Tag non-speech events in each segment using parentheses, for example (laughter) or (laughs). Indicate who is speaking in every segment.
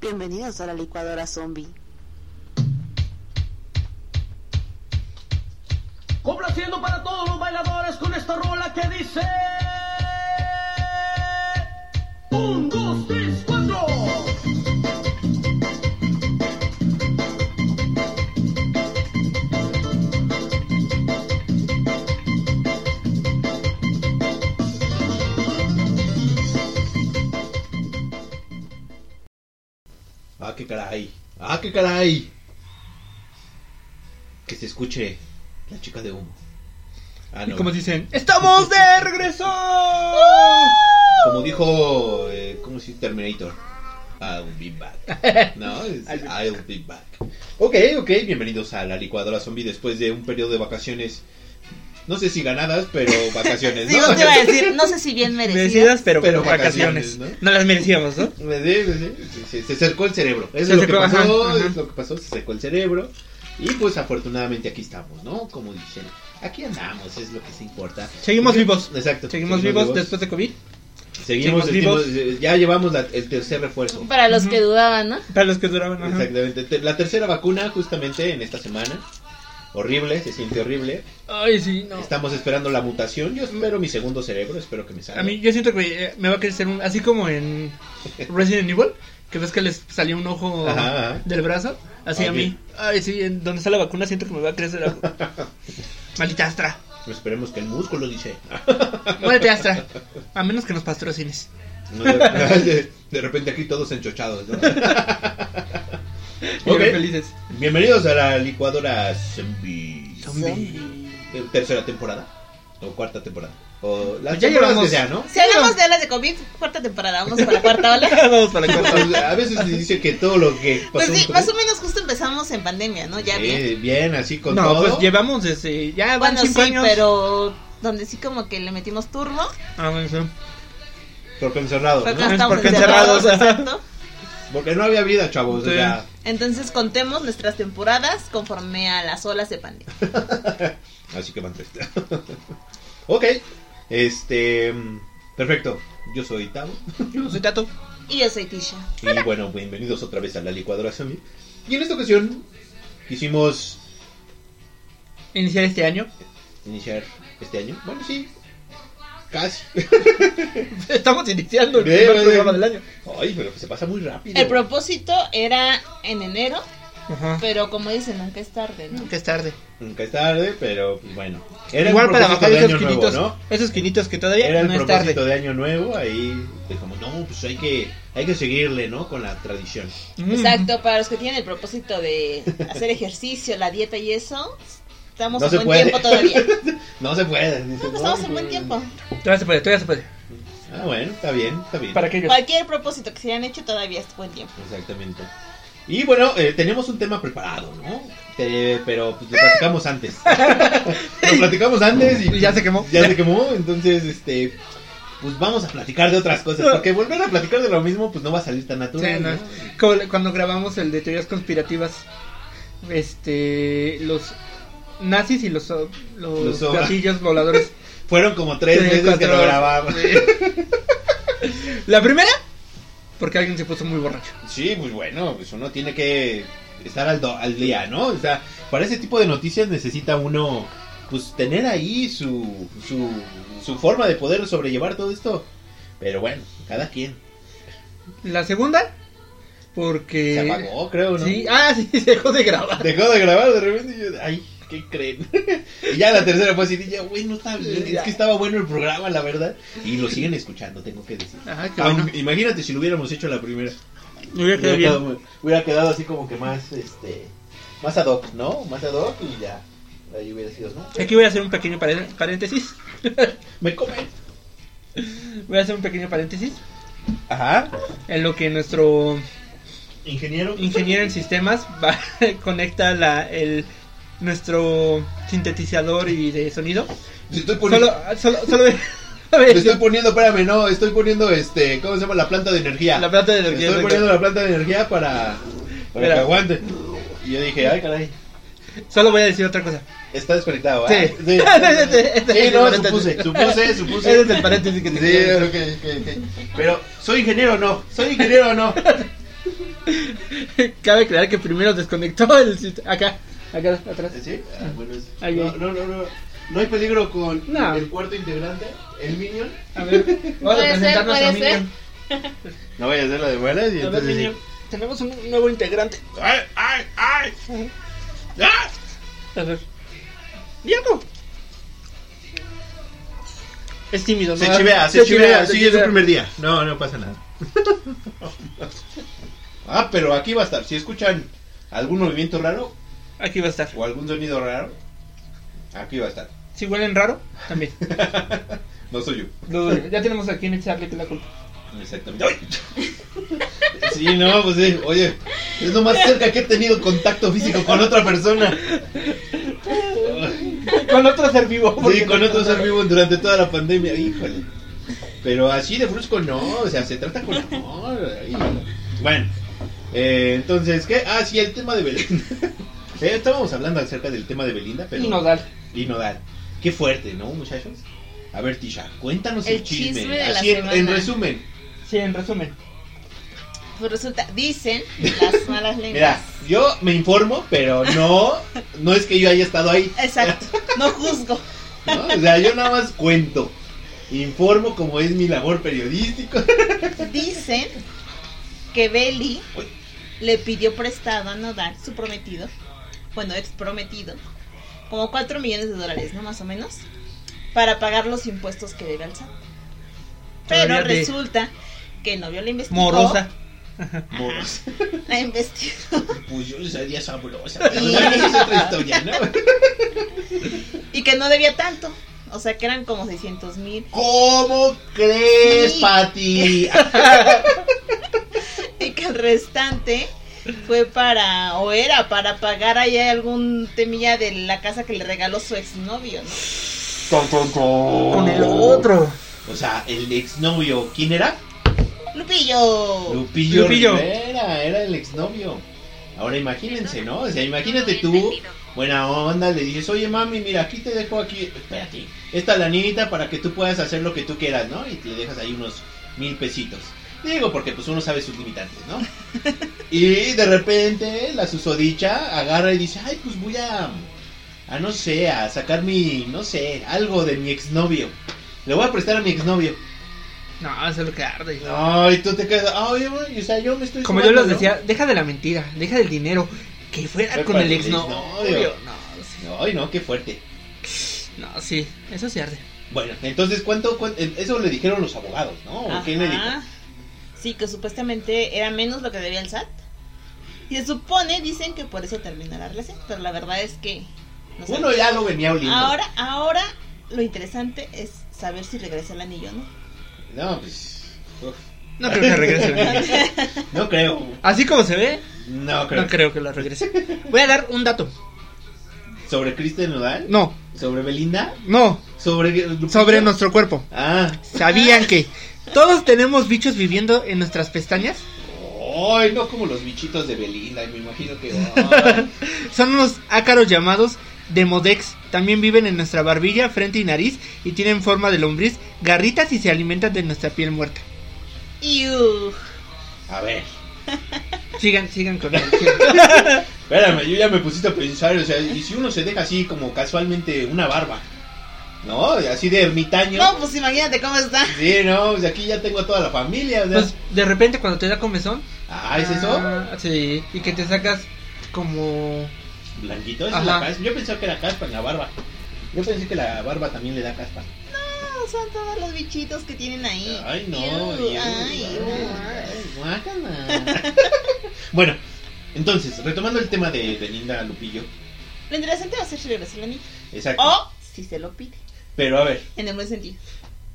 Speaker 1: Bienvenidos a la licuadora zombie.
Speaker 2: Complaciendo para todos los bailadores con esta rola que dice... Un, dos, tres, cuatro.
Speaker 3: Ah, qué caray. Ah, qué caray. Que se escuche la chica de humo. Ah,
Speaker 4: Y
Speaker 3: no.
Speaker 4: como dicen, ¡Uh! ¡estamos de regreso!
Speaker 3: Como dijo, eh, ¿cómo se dice Terminator? Ah, I'll be
Speaker 4: (laughs)
Speaker 3: back. No, es ah, I'll be back. Ok, ok, bienvenidos a la licuadora zombie después de un periodo de vacaciones. No sé si ganadas,
Speaker 4: (laughs)
Speaker 3: pero vacaciones, ¿no?
Speaker 1: Digo, te iba a decir, no sé si bien merecidas.
Speaker 4: Merecidas, pero,
Speaker 3: Pero
Speaker 4: con vacaciones.
Speaker 3: vacaciones,
Speaker 4: ¿no? las merecíamos, ¿no?
Speaker 3: (laughs) Sí, sí, sí, Se, se cercó el cerebro. Eso
Speaker 4: Se
Speaker 3: es lo que
Speaker 4: cercó, ajá,
Speaker 3: pasó,
Speaker 4: ajá.
Speaker 3: es lo que pasó, se cercó el cerebro. Y pues afortunadamente aquí estamos, ¿no? Como dicen, aquí andamos, es lo que se importa.
Speaker 4: Seguimos vivos.
Speaker 3: Exacto.
Speaker 4: Seguimos vivos, después de COVID.
Speaker 3: Seguimos,
Speaker 4: seguimos
Speaker 3: decimos, eh, Ya llevamos la- el tercer refuerzo.
Speaker 1: Para los que dudaban, ¿no?
Speaker 4: Para los que duraban. ajá.
Speaker 3: Exactamente. Te- La tercera vacuna justamente en esta semana. Horrible, se siente horrible.
Speaker 4: Ay, sí, no.
Speaker 3: Estamos esperando la mutación. Yo espero mi segundo cerebro, espero que me salga.
Speaker 4: A mí, yo siento que eh, me va a crecer un- así como en Resident Evil, que ves que les salió un ojo
Speaker 3: Ajá, ajá.
Speaker 4: del brazo, así a
Speaker 3: Ok.
Speaker 4: mí. Ay, sí, en donde está la vacuna siento que me va a crecer algo. Maldita Astra,
Speaker 3: Esperemos que el músculo dice.
Speaker 4: muérete Astra, a menos que nos patrocines.
Speaker 3: No, De, (laughs) de repente aquí todos enchochados, ¿no?
Speaker 4: Y
Speaker 3: Ok.
Speaker 4: felices. (laughs)
Speaker 3: Bienvenidos a la licuadora zombie. Eh, Tercera temporada. O cuarta temporada. O las
Speaker 4: Pues Ya
Speaker 3: temporadas
Speaker 4: llevamos-
Speaker 3: que sea, ¿no?
Speaker 1: Si hablamos de las de COVID, cuarta temporada, vamos para la
Speaker 4: (laughs)
Speaker 1: cuarta ola.
Speaker 4: Vamos para la cosa.
Speaker 3: O sea, A veces se dice que todo lo que pasó.
Speaker 1: Pues sí,
Speaker 3: en
Speaker 1: más o
Speaker 3: COVID-
Speaker 1: menos justo empezamos en pandemia, ¿no? Ya
Speaker 3: Sí,
Speaker 1: bien.
Speaker 3: bien. así con
Speaker 4: No,
Speaker 3: todo.
Speaker 4: pues llevamos desde. Ya van
Speaker 1: Bueno, sí,
Speaker 4: cinco años.
Speaker 1: pero donde sí como que le metimos turbo.
Speaker 4: Ah, bueno, sí.
Speaker 3: Porque encerrados,
Speaker 1: Fue
Speaker 3: ¿no?
Speaker 1: cuando estábamos
Speaker 4: Porque
Speaker 1: encerrados,
Speaker 4: encerrados, ajá.
Speaker 1: exacto.
Speaker 3: Porque no había vida, chavos. o
Speaker 4: Sí.
Speaker 3: sea,
Speaker 1: Entonces contemos nuestras temporadas conforme a las olas de pandemia.
Speaker 3: así que van tres. (laughs) ok. Este. mm, Perfecto. Yo soy Tavo.
Speaker 4: Yo soy Tato.
Speaker 1: Y yo soy Tisha.
Speaker 3: Y bueno, bienvenidos otra vez a la licuadora zombie. Y en esta ocasión quisimos
Speaker 4: Iniciar este año.
Speaker 3: iniciar este año. Bueno, sí. Casi. (laughs)
Speaker 4: Estamos iniciando el
Speaker 3: Bien,
Speaker 4: primer
Speaker 3: bien,
Speaker 4: programa
Speaker 3: bien.
Speaker 4: del año.
Speaker 3: Ay, pero se pasa muy rápido.
Speaker 1: El propósito era en enero,
Speaker 4: Ajá.
Speaker 1: pero como dicen, nunca es tarde, ¿no?
Speaker 4: Que es tarde.
Speaker 3: Nunca es tarde, pero pues, bueno. Era
Speaker 4: Igual
Speaker 3: el
Speaker 4: para
Speaker 3: propósito
Speaker 4: bajar
Speaker 3: de
Speaker 4: esos
Speaker 3: año nuevo,
Speaker 4: quinitos.
Speaker 3: ¿no?
Speaker 4: Esos quinitos que todavía
Speaker 3: Era el
Speaker 4: no es tarde.
Speaker 3: propósito de año nuevo, ahí dijimos, no, pues hay que, hay que seguirle, ¿no? Con la tradición.
Speaker 4: Mm.
Speaker 1: Exacto, para los que tienen el propósito de hacer ejercicio, la dieta y eso, estamos
Speaker 3: No
Speaker 1: en
Speaker 3: se
Speaker 1: buen
Speaker 3: puede.
Speaker 1: tiempo todavía. No,
Speaker 3: No se puede. dice,
Speaker 1: pues
Speaker 3: "No,
Speaker 1: estamos
Speaker 3: no
Speaker 1: en buen
Speaker 3: puede".
Speaker 1: tiempo.
Speaker 4: Todavía se puede, todavía se puede.
Speaker 3: Ah, bueno, está bien, está bien.
Speaker 4: Para aquellos.
Speaker 1: Cualquier propósito que se hayan hecho todavía es buen tiempo.
Speaker 3: Exactamente. Y bueno, eh, teníamos un tema preparado, ¿no? Te- pero pues, lo platicamos
Speaker 4: (laughs)
Speaker 3: antes. lo platicamos antes y
Speaker 4: Y ya se quemó.
Speaker 3: Ya se quemó, entonces este pues vamos a platicar de otras cosas, porque volver a platicar de lo mismo pues no va a salir tan natural.
Speaker 4: Sí, no.
Speaker 3: ¿no?
Speaker 4: Como le- cuando grabamos el de teorías conspirativas, este, los nazis y los, o- los,
Speaker 3: Los o- (laughs)
Speaker 4: platillos voladores.
Speaker 3: Fueron como tres
Speaker 4: Sí,
Speaker 3: veces que
Speaker 4: cuatro
Speaker 3: lo
Speaker 4: horas.
Speaker 3: grabamos.
Speaker 4: La primera, porque alguien se puso muy borracho.
Speaker 3: Sí, pues bueno, pues uno tiene que estar al, do- al día, ¿no? O sea, para ese tipo de noticias necesita uno pues tener ahí su, su, su forma de poder sobrellevar todo esto. Pero bueno, cada quien.
Speaker 4: La segunda, porque...
Speaker 3: Se apagó, creo, ¿no?
Speaker 4: Eh, Sí, ah, sí, (laughs) se dejó de grabar.
Speaker 3: Dejó de grabar de repente y yo, ay, ¿qué creen? (laughs) y ya la tercera fue así, dije, ya, güey, no está bien, es que estaba bueno el programa, la verdad. Y lo siguen escuchando, tengo que decir.
Speaker 4: Ajá, qué bueno.
Speaker 3: Aunque- Imagínate si lo hubiéramos hecho la primera.
Speaker 4: Me hubiera quedado bien.
Speaker 3: Quedado- hubiera quedado así como que más, este, más ad hoc, ¿no? Más ad hoc y ya. Ahí hubiera sido, ¿no?
Speaker 4: Aquí voy a hacer un pequeño pare- paréntesis.
Speaker 3: Me comen.
Speaker 4: Voy a hacer un pequeño paréntesis
Speaker 3: Ajá.
Speaker 4: en lo que nuestro
Speaker 3: Ingeniero.
Speaker 4: ingeniero en sistemas va, (laughs) conecta la, el, nuestro sintetizador y de sonido.
Speaker 3: Te estoy poniendo,
Speaker 4: Solo, solo, (laughs) solo a ver,
Speaker 3: te estoy poniendo, espérame, no, estoy poniendo, este, ¿cómo se llama? La planta de energía.
Speaker 4: la plata de energía.
Speaker 3: Estoy poniendo la planta de energía para, para que
Speaker 4: Mira.
Speaker 3: aguante. Y yo dije, ay, caray.
Speaker 4: Solo voy a decir otra cosa.
Speaker 3: Está desconectado,
Speaker 4: (laughs) Sí.
Speaker 3: ¿eh?
Speaker 4: Este- este- este-
Speaker 3: Sí, no,
Speaker 4: este-
Speaker 3: supuse, supuse,
Speaker 4: Ese
Speaker 3: supuse.
Speaker 4: es el paréntesis que te
Speaker 3: Sí,
Speaker 4: quería
Speaker 3: ok, ok, ok. Pero, ¿soy ingeniero o no? ¿Soy ingeniero o no?
Speaker 4: decir. (laughs) Cabe creer que primero desconectó el sit- Acá, acá, atrás.
Speaker 3: ¿Sí? Ah, bueno, es-
Speaker 4: Ahí.
Speaker 3: no, no, no, no. ¿No hay peligro con
Speaker 4: No.
Speaker 3: el cuarto integrante? ¿El Minion?
Speaker 4: A ver, vamos a
Speaker 5: Puede ser,
Speaker 4: presentarnos a
Speaker 5: puede
Speaker 4: Minion.
Speaker 3: No vaya a ser la de buenas y
Speaker 4: A ver,
Speaker 3: entonces...
Speaker 4: Minion. Tenemos un nuevo integrante.
Speaker 3: ¡Ay, ay, ay! ¡Ah!
Speaker 4: A ver. Diego. Es tímido, ¿no?
Speaker 3: Se chivea, se, chivea, sí, es su primer día. No, no pasa nada. (laughs) ah, pero aquí va a estar. Si escuchan algún movimiento raro
Speaker 4: Aquí va a estar.
Speaker 3: o algún sonido raro, aquí va a estar.
Speaker 4: Si huelen raro,
Speaker 3: (laughs)
Speaker 4: también.
Speaker 3: No soy yo.
Speaker 4: Lo- ya tenemos a quien echarle la culpa. (laughs)
Speaker 3: Exactamente. ¡Ay! (laughs) Sí, no, pues sí, oye, es lo más cerca que he tenido contacto físico con otra persona.
Speaker 4: Con otro ser vivo.
Speaker 3: Sí, con otro ser vivo durante toda la pandemia, híjole. Pero así de brusco no, o sea, se trata con amor. ay. Bueno, eh, entonces, ¿qué? Ah, sí, el tema de Belinda. (laughs) Eh, estábamos hablando acerca del tema de Belinda, pero...
Speaker 4: Y no dar.
Speaker 3: Y nodal. Qué fuerte, ¿no, muchachos? A ver, Tisha, cuéntanos el,
Speaker 5: El chisme de la
Speaker 3: así en- en,
Speaker 5: semana.
Speaker 3: resumen.
Speaker 4: Sí, en resumen.
Speaker 1: Pues resulta, dicen las malas lenguas.
Speaker 3: Mira, yo me informo, pero no, no es que yo haya estado ahí.
Speaker 1: Exacto, no juzgo.
Speaker 3: ¿no? O sea, yo nada más cuento. Informo como es mi labor periodística.
Speaker 1: Dicen que Beli le pidió prestado a Nodal, su prometido, bueno, ex prometido, como 4 millones de dólares, ¿no? Más o menos, para pagar los impuestos que debe al SAT. Pero
Speaker 4: Todavía de-
Speaker 1: resulta que el novio la investigó.
Speaker 4: Morosa.
Speaker 3: Pues
Speaker 1: La investigó.
Speaker 3: pues yo sería sabrosa. (laughs) Pero bueno, esa es otra historia, ¿no?
Speaker 1: Y que no debía tanto. O sea, que eran como 600 mil.
Speaker 3: ¿Cómo crees,
Speaker 1: Sí.
Speaker 3: Pati?
Speaker 1: Y que el restante fue para, o era para pagar ahí algún temilla de la casa que le regaló su exnovio, ¿no?
Speaker 4: Con el otro.
Speaker 3: O sea, el exnovio, ¿quién era?
Speaker 1: Lupillo.
Speaker 3: Lupillo,
Speaker 4: Lupillo.
Speaker 3: Rivera, era el exnovio. Ahora imagínense, ¿no? O sea, imagínate tú, buena onda, le dices, oye mami, mira, aquí te dejo aquí, espérate, esta lanita para que tú puedas hacer lo que tú quieras, ¿no? Y te dejas ahí unos mil pesitos. Digo, porque pues uno sabe sus limitantes, ¿no? Y de repente la susodicha agarra y dice, ay, pues voy a, a no sé, a sacar mi, no sé, algo de mi exnovio. Le voy a prestar a mi exnovio.
Speaker 4: No, eso es lo que arde.
Speaker 3: No, y tú te quedas, ay, güey, o sea, yo me estoy
Speaker 4: Como yo
Speaker 3: sumando,
Speaker 4: les
Speaker 3: ¿no?
Speaker 4: decía, deja de la mentira, deja del dinero. Que fuera
Speaker 3: Fue
Speaker 4: con
Speaker 3: con
Speaker 4: el
Speaker 3: el
Speaker 4: ex no.
Speaker 3: exnovio.
Speaker 4: No, sí.
Speaker 3: Ay, no, qué fuerte.
Speaker 4: No, sí, eso sí arde.
Speaker 3: Bueno, entonces, ¿cuánto, cuán- eh, Eso le dijeron los abogados, ¿no? ¿O quién le dijo?
Speaker 1: Ajá. Sí, que supuestamente era menos lo que debía el SAT. Y se supone, dicen que por eso terminó la relación, pero la verdad es que... no sé.
Speaker 3: Uno ya lo venía oliendo.
Speaker 1: ahora, ahora lo interesante es saber si regresa el anillo, ¿no?
Speaker 3: No, pues. uf,
Speaker 4: No creo
Speaker 3: (laughs)
Speaker 4: que regrese.
Speaker 3: no creo.
Speaker 4: Así como se ve,
Speaker 3: No creo.
Speaker 4: no creo que la regrese. Voy a dar un dato.
Speaker 3: ¿Sobre Kristen Nodal?
Speaker 4: No,
Speaker 3: ¿Sobre Belinda?
Speaker 4: no,
Speaker 3: ¿Sobre. Lupita?
Speaker 4: sobre nuestro cuerpo.
Speaker 3: Ah.
Speaker 4: ¿Sabían que todos tenemos bichos viviendo en nuestras pestañas?
Speaker 3: Ay, no como los bichitos de Belinda, me imagino que. ay.
Speaker 4: Son unos ácaros llamados demodex. También viven en nuestra barbilla, frente y nariz y tienen forma de lombriz, garritas y se alimentan de nuestra piel muerta.
Speaker 1: Y uh,
Speaker 3: A ver.
Speaker 4: Sigan, sigan con (laughs) él.
Speaker 3: Espérame, yo ya me pusiste a pensar, o sea, y si uno se deja así como casualmente una barba, ¿no? Así de ermitaño.
Speaker 1: No, pues imagínate cómo está.
Speaker 3: Sí, no, pues aquí ya tengo a toda la familia, o sea.
Speaker 4: Pues de repente cuando te da comezón.
Speaker 3: ah, ¿es eso?
Speaker 4: Ah, sí, y que te sacas como...
Speaker 3: Blanquito, esa
Speaker 4: Ajá.
Speaker 3: es la caspa. Yo pensaba que era caspa en la barba. Yo pensé que la barba también le da caspa.
Speaker 1: No, son todos los bichitos que tienen ahí.
Speaker 3: Ay, no.
Speaker 1: Iu,
Speaker 3: y-
Speaker 1: ay, uh,
Speaker 3: ay, guácala. bueno, entonces, retomando el tema de Belinda Lupillo.
Speaker 1: iu. Lo interesante va a ser si regresa el anillo.
Speaker 3: Exacto.
Speaker 4: Oh.
Speaker 1: O si se lo pide.
Speaker 3: Pero a ver,
Speaker 1: En el buen sentido.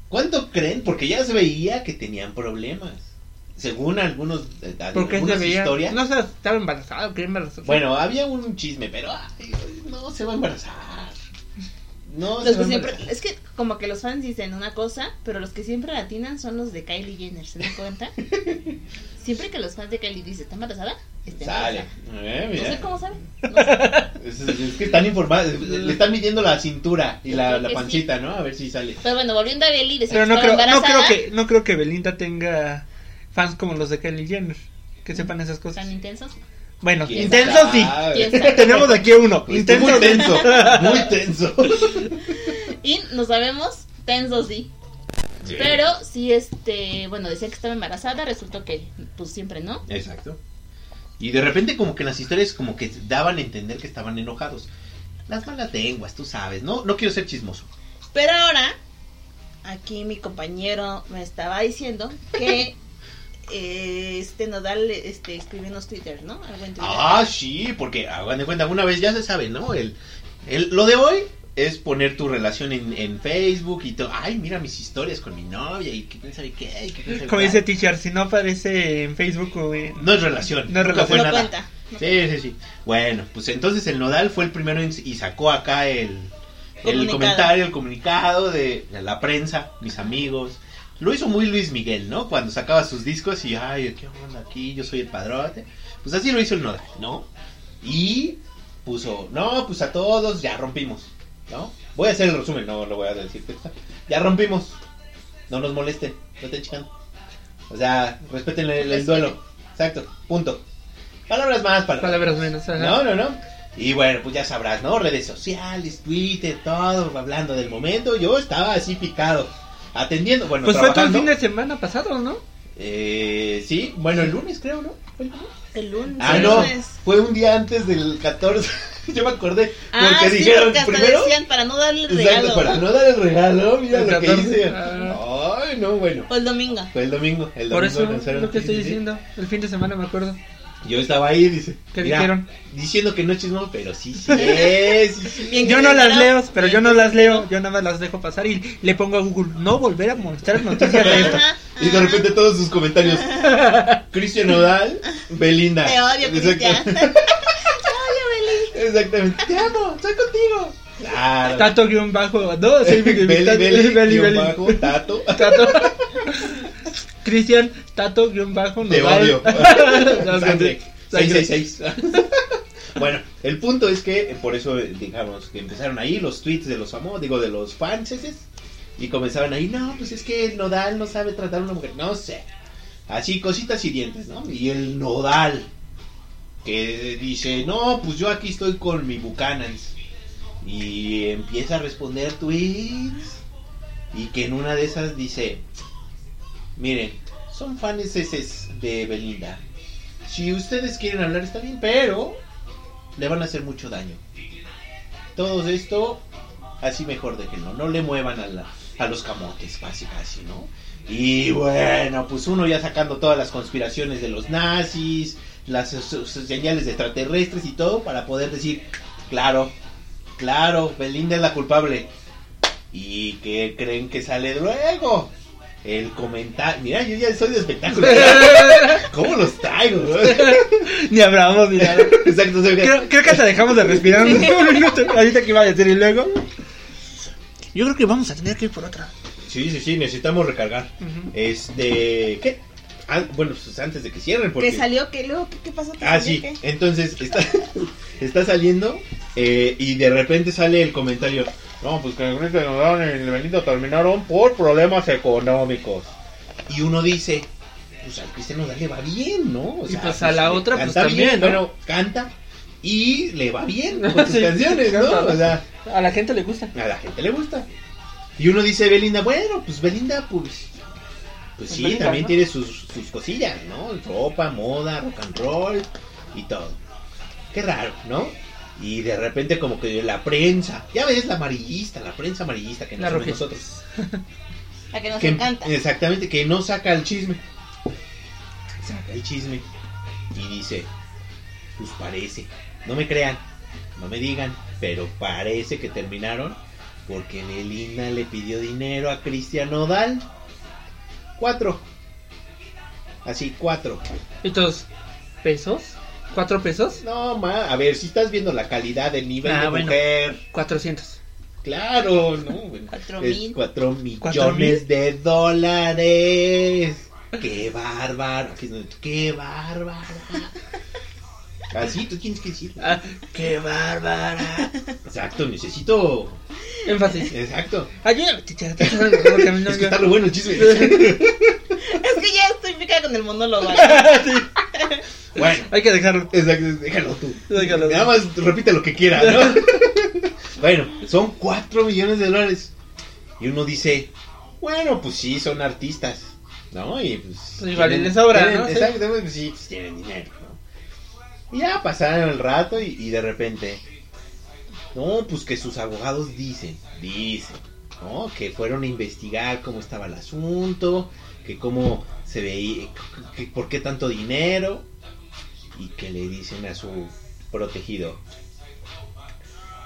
Speaker 3: ¿Cuánto creen? Porque ya se veía que tenían problemas. Según algunos, eh,
Speaker 4: Porque se
Speaker 3: algunas
Speaker 4: veía...
Speaker 3: historias.
Speaker 4: No sé, estaba embarazada, quería embarazada.
Speaker 3: Bueno, había un chisme, pero ay, no se va a embarazar. No se
Speaker 1: Los
Speaker 3: va
Speaker 1: que
Speaker 3: a
Speaker 1: siempre,
Speaker 3: embarazar.
Speaker 1: es que como que los fans dicen una cosa, pero los que siempre la atinan son los de Kylie Jenner, ¿se dan
Speaker 4: (laughs)
Speaker 1: cuenta? siempre que los fans de Kylie dicen, este, ¿está embarazada? Está
Speaker 3: Sale.
Speaker 4: (laughs)
Speaker 1: embarazada.
Speaker 3: Eh,
Speaker 1: No sé
Speaker 3: mira.
Speaker 1: cómo saben. no sé.
Speaker 3: Es, es que están informados, le están midiendo la cintura y
Speaker 1: Yo
Speaker 3: la,
Speaker 1: creo
Speaker 3: la
Speaker 1: que
Speaker 3: pancita, ¿no? A ver si sale.
Speaker 1: Pero bueno, volviendo a Belly, decimos
Speaker 4: Pero no
Speaker 1: que
Speaker 4: creo,
Speaker 1: estaba
Speaker 4: no creo
Speaker 1: embarazada.
Speaker 4: que, no creo que Belinda tenga fans como los de Kylie Jenner. Que sepan esas cosas.
Speaker 1: Tan intensos.
Speaker 4: Bueno,
Speaker 3: ¿Quién
Speaker 4: intensos sí. (laughs)
Speaker 3: sabe?
Speaker 1: ¿Quién sabe?
Speaker 4: Tenemos aquí a uno.
Speaker 3: Pues,
Speaker 4: Intenso.
Speaker 3: Muy tenso, muy tenso.
Speaker 1: Y nos sabemos tensos, sí. Pero sí, este, bueno, decía que estaba embarazada, resultó que, pues siempre no.
Speaker 3: Exacto. Y de repente como que en las historias como que daban a entender que estaban enojados. Las malas lenguas, tú sabes, ¿no? No quiero ser chismoso.
Speaker 1: Pero ahora, aquí mi compañero me estaba diciendo
Speaker 3: (laughs)
Speaker 1: que eh, este Nodal este, escribió unos Twitter, ¿no? Algo en Twitter.
Speaker 3: Ah, sí, porque hagan de cuenta, una vez ya se sabe, ¿no? El, el- lo de hoy es poner tu relación en, en Facebook y todo. Ay, mira mis historias con mi novia y que quién sabe qué. y que quién sabe
Speaker 4: (laughs) Como
Speaker 3: cuál.
Speaker 4: dice Teacher, si no aparece en Facebook o en-
Speaker 3: No es relación.
Speaker 4: No es
Speaker 3: nunca fue
Speaker 1: no
Speaker 3: nada.
Speaker 1: cuenta. no
Speaker 3: Sí, sí, sí. Bueno, pues entonces el Nodal fue el primero en- y sacó acá el, el
Speaker 1: Comunicado.
Speaker 3: comentario, el comunicado de la prensa, mis amigos. Lo hizo muy Luis Miguel, ¿no? Cuando sacaba sus discos y, ay, ¿qué onda aquí? Yo soy el padrote. Pues así lo hizo el Nodal, ¿no? Y puso, no, pues a todos ya rompimos, ¿no? Voy a hacer el resumen, no lo voy a decir. textual. Ya rompimos. No nos molesten, no te chican. O sea, respeten el, el duelo. Exacto, punto. Palabras más, palabras
Speaker 4: palabras menos. ajá.
Speaker 3: no, no, no. Y bueno, pues ya sabrás, ¿no? Redes sociales, Twitter, todo, hablando del momento. Yo estaba así picado, atendiendo, bueno,
Speaker 4: Pues fue todo el
Speaker 3: trabajando.
Speaker 4: fin de semana pasado, ¿no?
Speaker 3: Eh, sí, bueno, el lunes creo, ¿no? ¿Fue el lunes?
Speaker 1: El lunes.
Speaker 3: Ah,
Speaker 1: el
Speaker 3: no,
Speaker 1: lunes.
Speaker 3: fue un día antes del 14. (laughs) Yo me acordé,
Speaker 1: Ah,
Speaker 3: porque
Speaker 1: sí,
Speaker 3: dijeron
Speaker 1: porque hasta
Speaker 3: primero...
Speaker 1: decían para no darle el
Speaker 3: Exacto,
Speaker 1: regalo.
Speaker 3: para
Speaker 1: ¿no?
Speaker 3: no dar el regalo, mira
Speaker 4: El
Speaker 3: lo que
Speaker 4: 14,
Speaker 3: hice.
Speaker 4: ah.
Speaker 3: Ay, no, bueno.
Speaker 1: O el domingo.
Speaker 3: Fue el domingo, el domingo
Speaker 4: Por eso
Speaker 3: lanzaron-
Speaker 4: lo que estoy
Speaker 3: sí, sí, sí.
Speaker 4: diciendo. El fin de semana me acuerdo.
Speaker 3: Yo estaba ahí, dice.
Speaker 4: ¿Qué
Speaker 3: mira,
Speaker 4: dijeron?
Speaker 3: Diciendo que no es chismoso, pero sí, sí, es, sí, sí.
Speaker 1: Bien que
Speaker 4: Yo no
Speaker 1: te
Speaker 4: las
Speaker 1: enteraron.
Speaker 4: leo, pero yo no las leo. Yo nada más las dejo pasar y le pongo a Google. No volver a mostrar noticias
Speaker 3: (laughs)
Speaker 4: de esto.
Speaker 1: Ajá,
Speaker 3: Y de
Speaker 1: ajá.
Speaker 3: repente todos sus
Speaker 1: (laughs)
Speaker 3: comentarios. Cristian Nodal, Belinda.
Speaker 1: Ah, Te odio, Cristian.
Speaker 3: Exacta- Exactamente. Te amo, estoy contigo. Claro. (laughs)
Speaker 4: Tato guión bajo. No, soy Miguel.
Speaker 3: Beli,
Speaker 4: Tato-
Speaker 3: Beli,
Speaker 4: (laughs) Beli,
Speaker 3: guión
Speaker 4: Beli.
Speaker 3: bajo, Tato.
Speaker 4: Tato. Cristian, Tato guión bajo.
Speaker 3: Te
Speaker 4: Nodal. (laughs)
Speaker 3: odio.
Speaker 4: Las-
Speaker 3: Sangre.
Speaker 4: Sangre.
Speaker 3: 666. Bueno, el punto es que eh, por eso eh, digamos que empezaron ahí los tweets de los famosos, digo de los fanses y comenzaban ahí, no, pues es que el nodal no sabe tratar a una mujer, no sé. Así cositas y dientes, ¿no? Y el nodal que dice, "No, pues yo aquí estoy con mi Bucanans." Y empieza a responder tweets y que en una de esas dice, "Miren, son fans eses de Belinda. Si ustedes quieren hablar está bien, pero le van a hacer mucho daño. Todo esto, así mejor déjenlo. No le muevan a, la- a los camotes, casi casi, ¿no? Y bueno, pues uno ya sacando todas las conspiraciones de los nazis, las sus- sus señales de extraterrestres y todo para poder decir, claro, claro, Belinda es la culpable. ¿Y que creen que sale luego? El comentario. Mira, yo ya soy de espectáculo. ¿Cómo los traigo? no?
Speaker 4: (laughs) Ni hablamos ni nada.
Speaker 3: (laughs) Exacto, soy-
Speaker 4: Creo, creo que hasta dejamos de respirar un minuto. (laughs) Ahorita que iba a decir y luego. Yo creo que vamos a tener que ir por otra.
Speaker 3: Sí, sí, sí, necesitamos recargar.
Speaker 4: Ujú.
Speaker 3: Este, ¿qué? Ah, bueno, pues antes de que cierren, porque...
Speaker 1: Que salió, que luego, ¿qué, qué pasó? ¿Qué
Speaker 3: Ah, sí,
Speaker 1: salió, qué?
Speaker 3: entonces está, (laughs) está saliendo eh, y de repente sale el comentario. No, pues que el Cristo y el Benito terminaron por problemas económicos. Y uno dice, pues al Cristiano Nodal le va bien, ¿no? O
Speaker 4: Y pues a la
Speaker 3: le
Speaker 4: otra, pues,
Speaker 3: canta
Speaker 4: también,
Speaker 3: bien,
Speaker 4: ¿no?
Speaker 3: bueno, canta y le va bien
Speaker 4: (laughs)
Speaker 3: con sus
Speaker 4: Sí,
Speaker 3: canciones, ¿no?
Speaker 4: canta.
Speaker 3: O sea,
Speaker 4: A la gente le gusta.
Speaker 3: a la gente le gusta. Y uno dice, Belinda, bueno, pues Belinda, pues. Pues sí,
Speaker 4: Belinda,
Speaker 3: también
Speaker 4: ¿no?
Speaker 3: tiene sus, sus cosillas, ¿no? Ropa, moda, rock and roll y todo. Qué raro, ¿no? Y de repente, como que la prensa, ya ves la amarillista, la prensa amarillista que nos
Speaker 4: La
Speaker 3: somos
Speaker 4: rojiza.
Speaker 3: nosotros.
Speaker 1: La que nos
Speaker 3: Que- (laughs)
Speaker 1: encanta.
Speaker 3: Exactamente, que no saca el chisme. Saca el chisme. Y dice, pues parece. No me crean, no me digan, pero parece que terminaron porque Melina le pidió dinero a Cristian Odal. Cuatro. Así, cuatro.
Speaker 4: Entonces, ¿pesos? ¿Cuatro pesos?
Speaker 3: No, ma, a ver, si estás viendo la calidad del nivel
Speaker 4: Ah,
Speaker 3: de
Speaker 4: bueno.
Speaker 3: mujer.
Speaker 4: Cuatrocientos.
Speaker 3: Claro, ¿no? Bueno,
Speaker 1: Cuatro
Speaker 3: es
Speaker 1: mil.
Speaker 3: cuatro millones
Speaker 4: Cuatro mil.
Speaker 3: de dólares. ¡Qué bárbaro! Aquí es donde- ¡Qué bárbaro! Así tú tienes que decirlo.
Speaker 4: Ah, ¡Qué bárbara!
Speaker 3: Exacto, necesito.
Speaker 4: (laughs) Énfasis.
Speaker 3: Exacto.
Speaker 4: Ayúdame, chicha. te estás dando como que a mí no
Speaker 3: es que
Speaker 4: me-
Speaker 3: está re bueno el chisme.
Speaker 4: (laughs)
Speaker 1: Es que ya estoy pica con
Speaker 3: (laughs)
Speaker 1: el monólogo.
Speaker 3: Bueno,
Speaker 4: Hay que dejarlo.
Speaker 3: exacto, déjalo tú.
Speaker 4: Déjalo.
Speaker 3: Nada más repite lo que quiera,
Speaker 4: (laughs)
Speaker 3: ¿no? bueno, son 4 millones de dólares. Y uno dice, bueno, pues sí, son artistas, ¿no? Y pues.
Speaker 4: Pues igual y les sobra,
Speaker 3: tienen-
Speaker 4: ¿no? Sí.
Speaker 3: Exactamente, pues sí, pues tienen dinero, ¿no? Y ya pasaron el rato y, y de repente. No, pues que sus abogados dicen, dicen, ¿no? Que fueron a investigar cómo estaba el asunto, que cómo se veía, que- que por qué tanto dinero, y que le dicen a su protegido.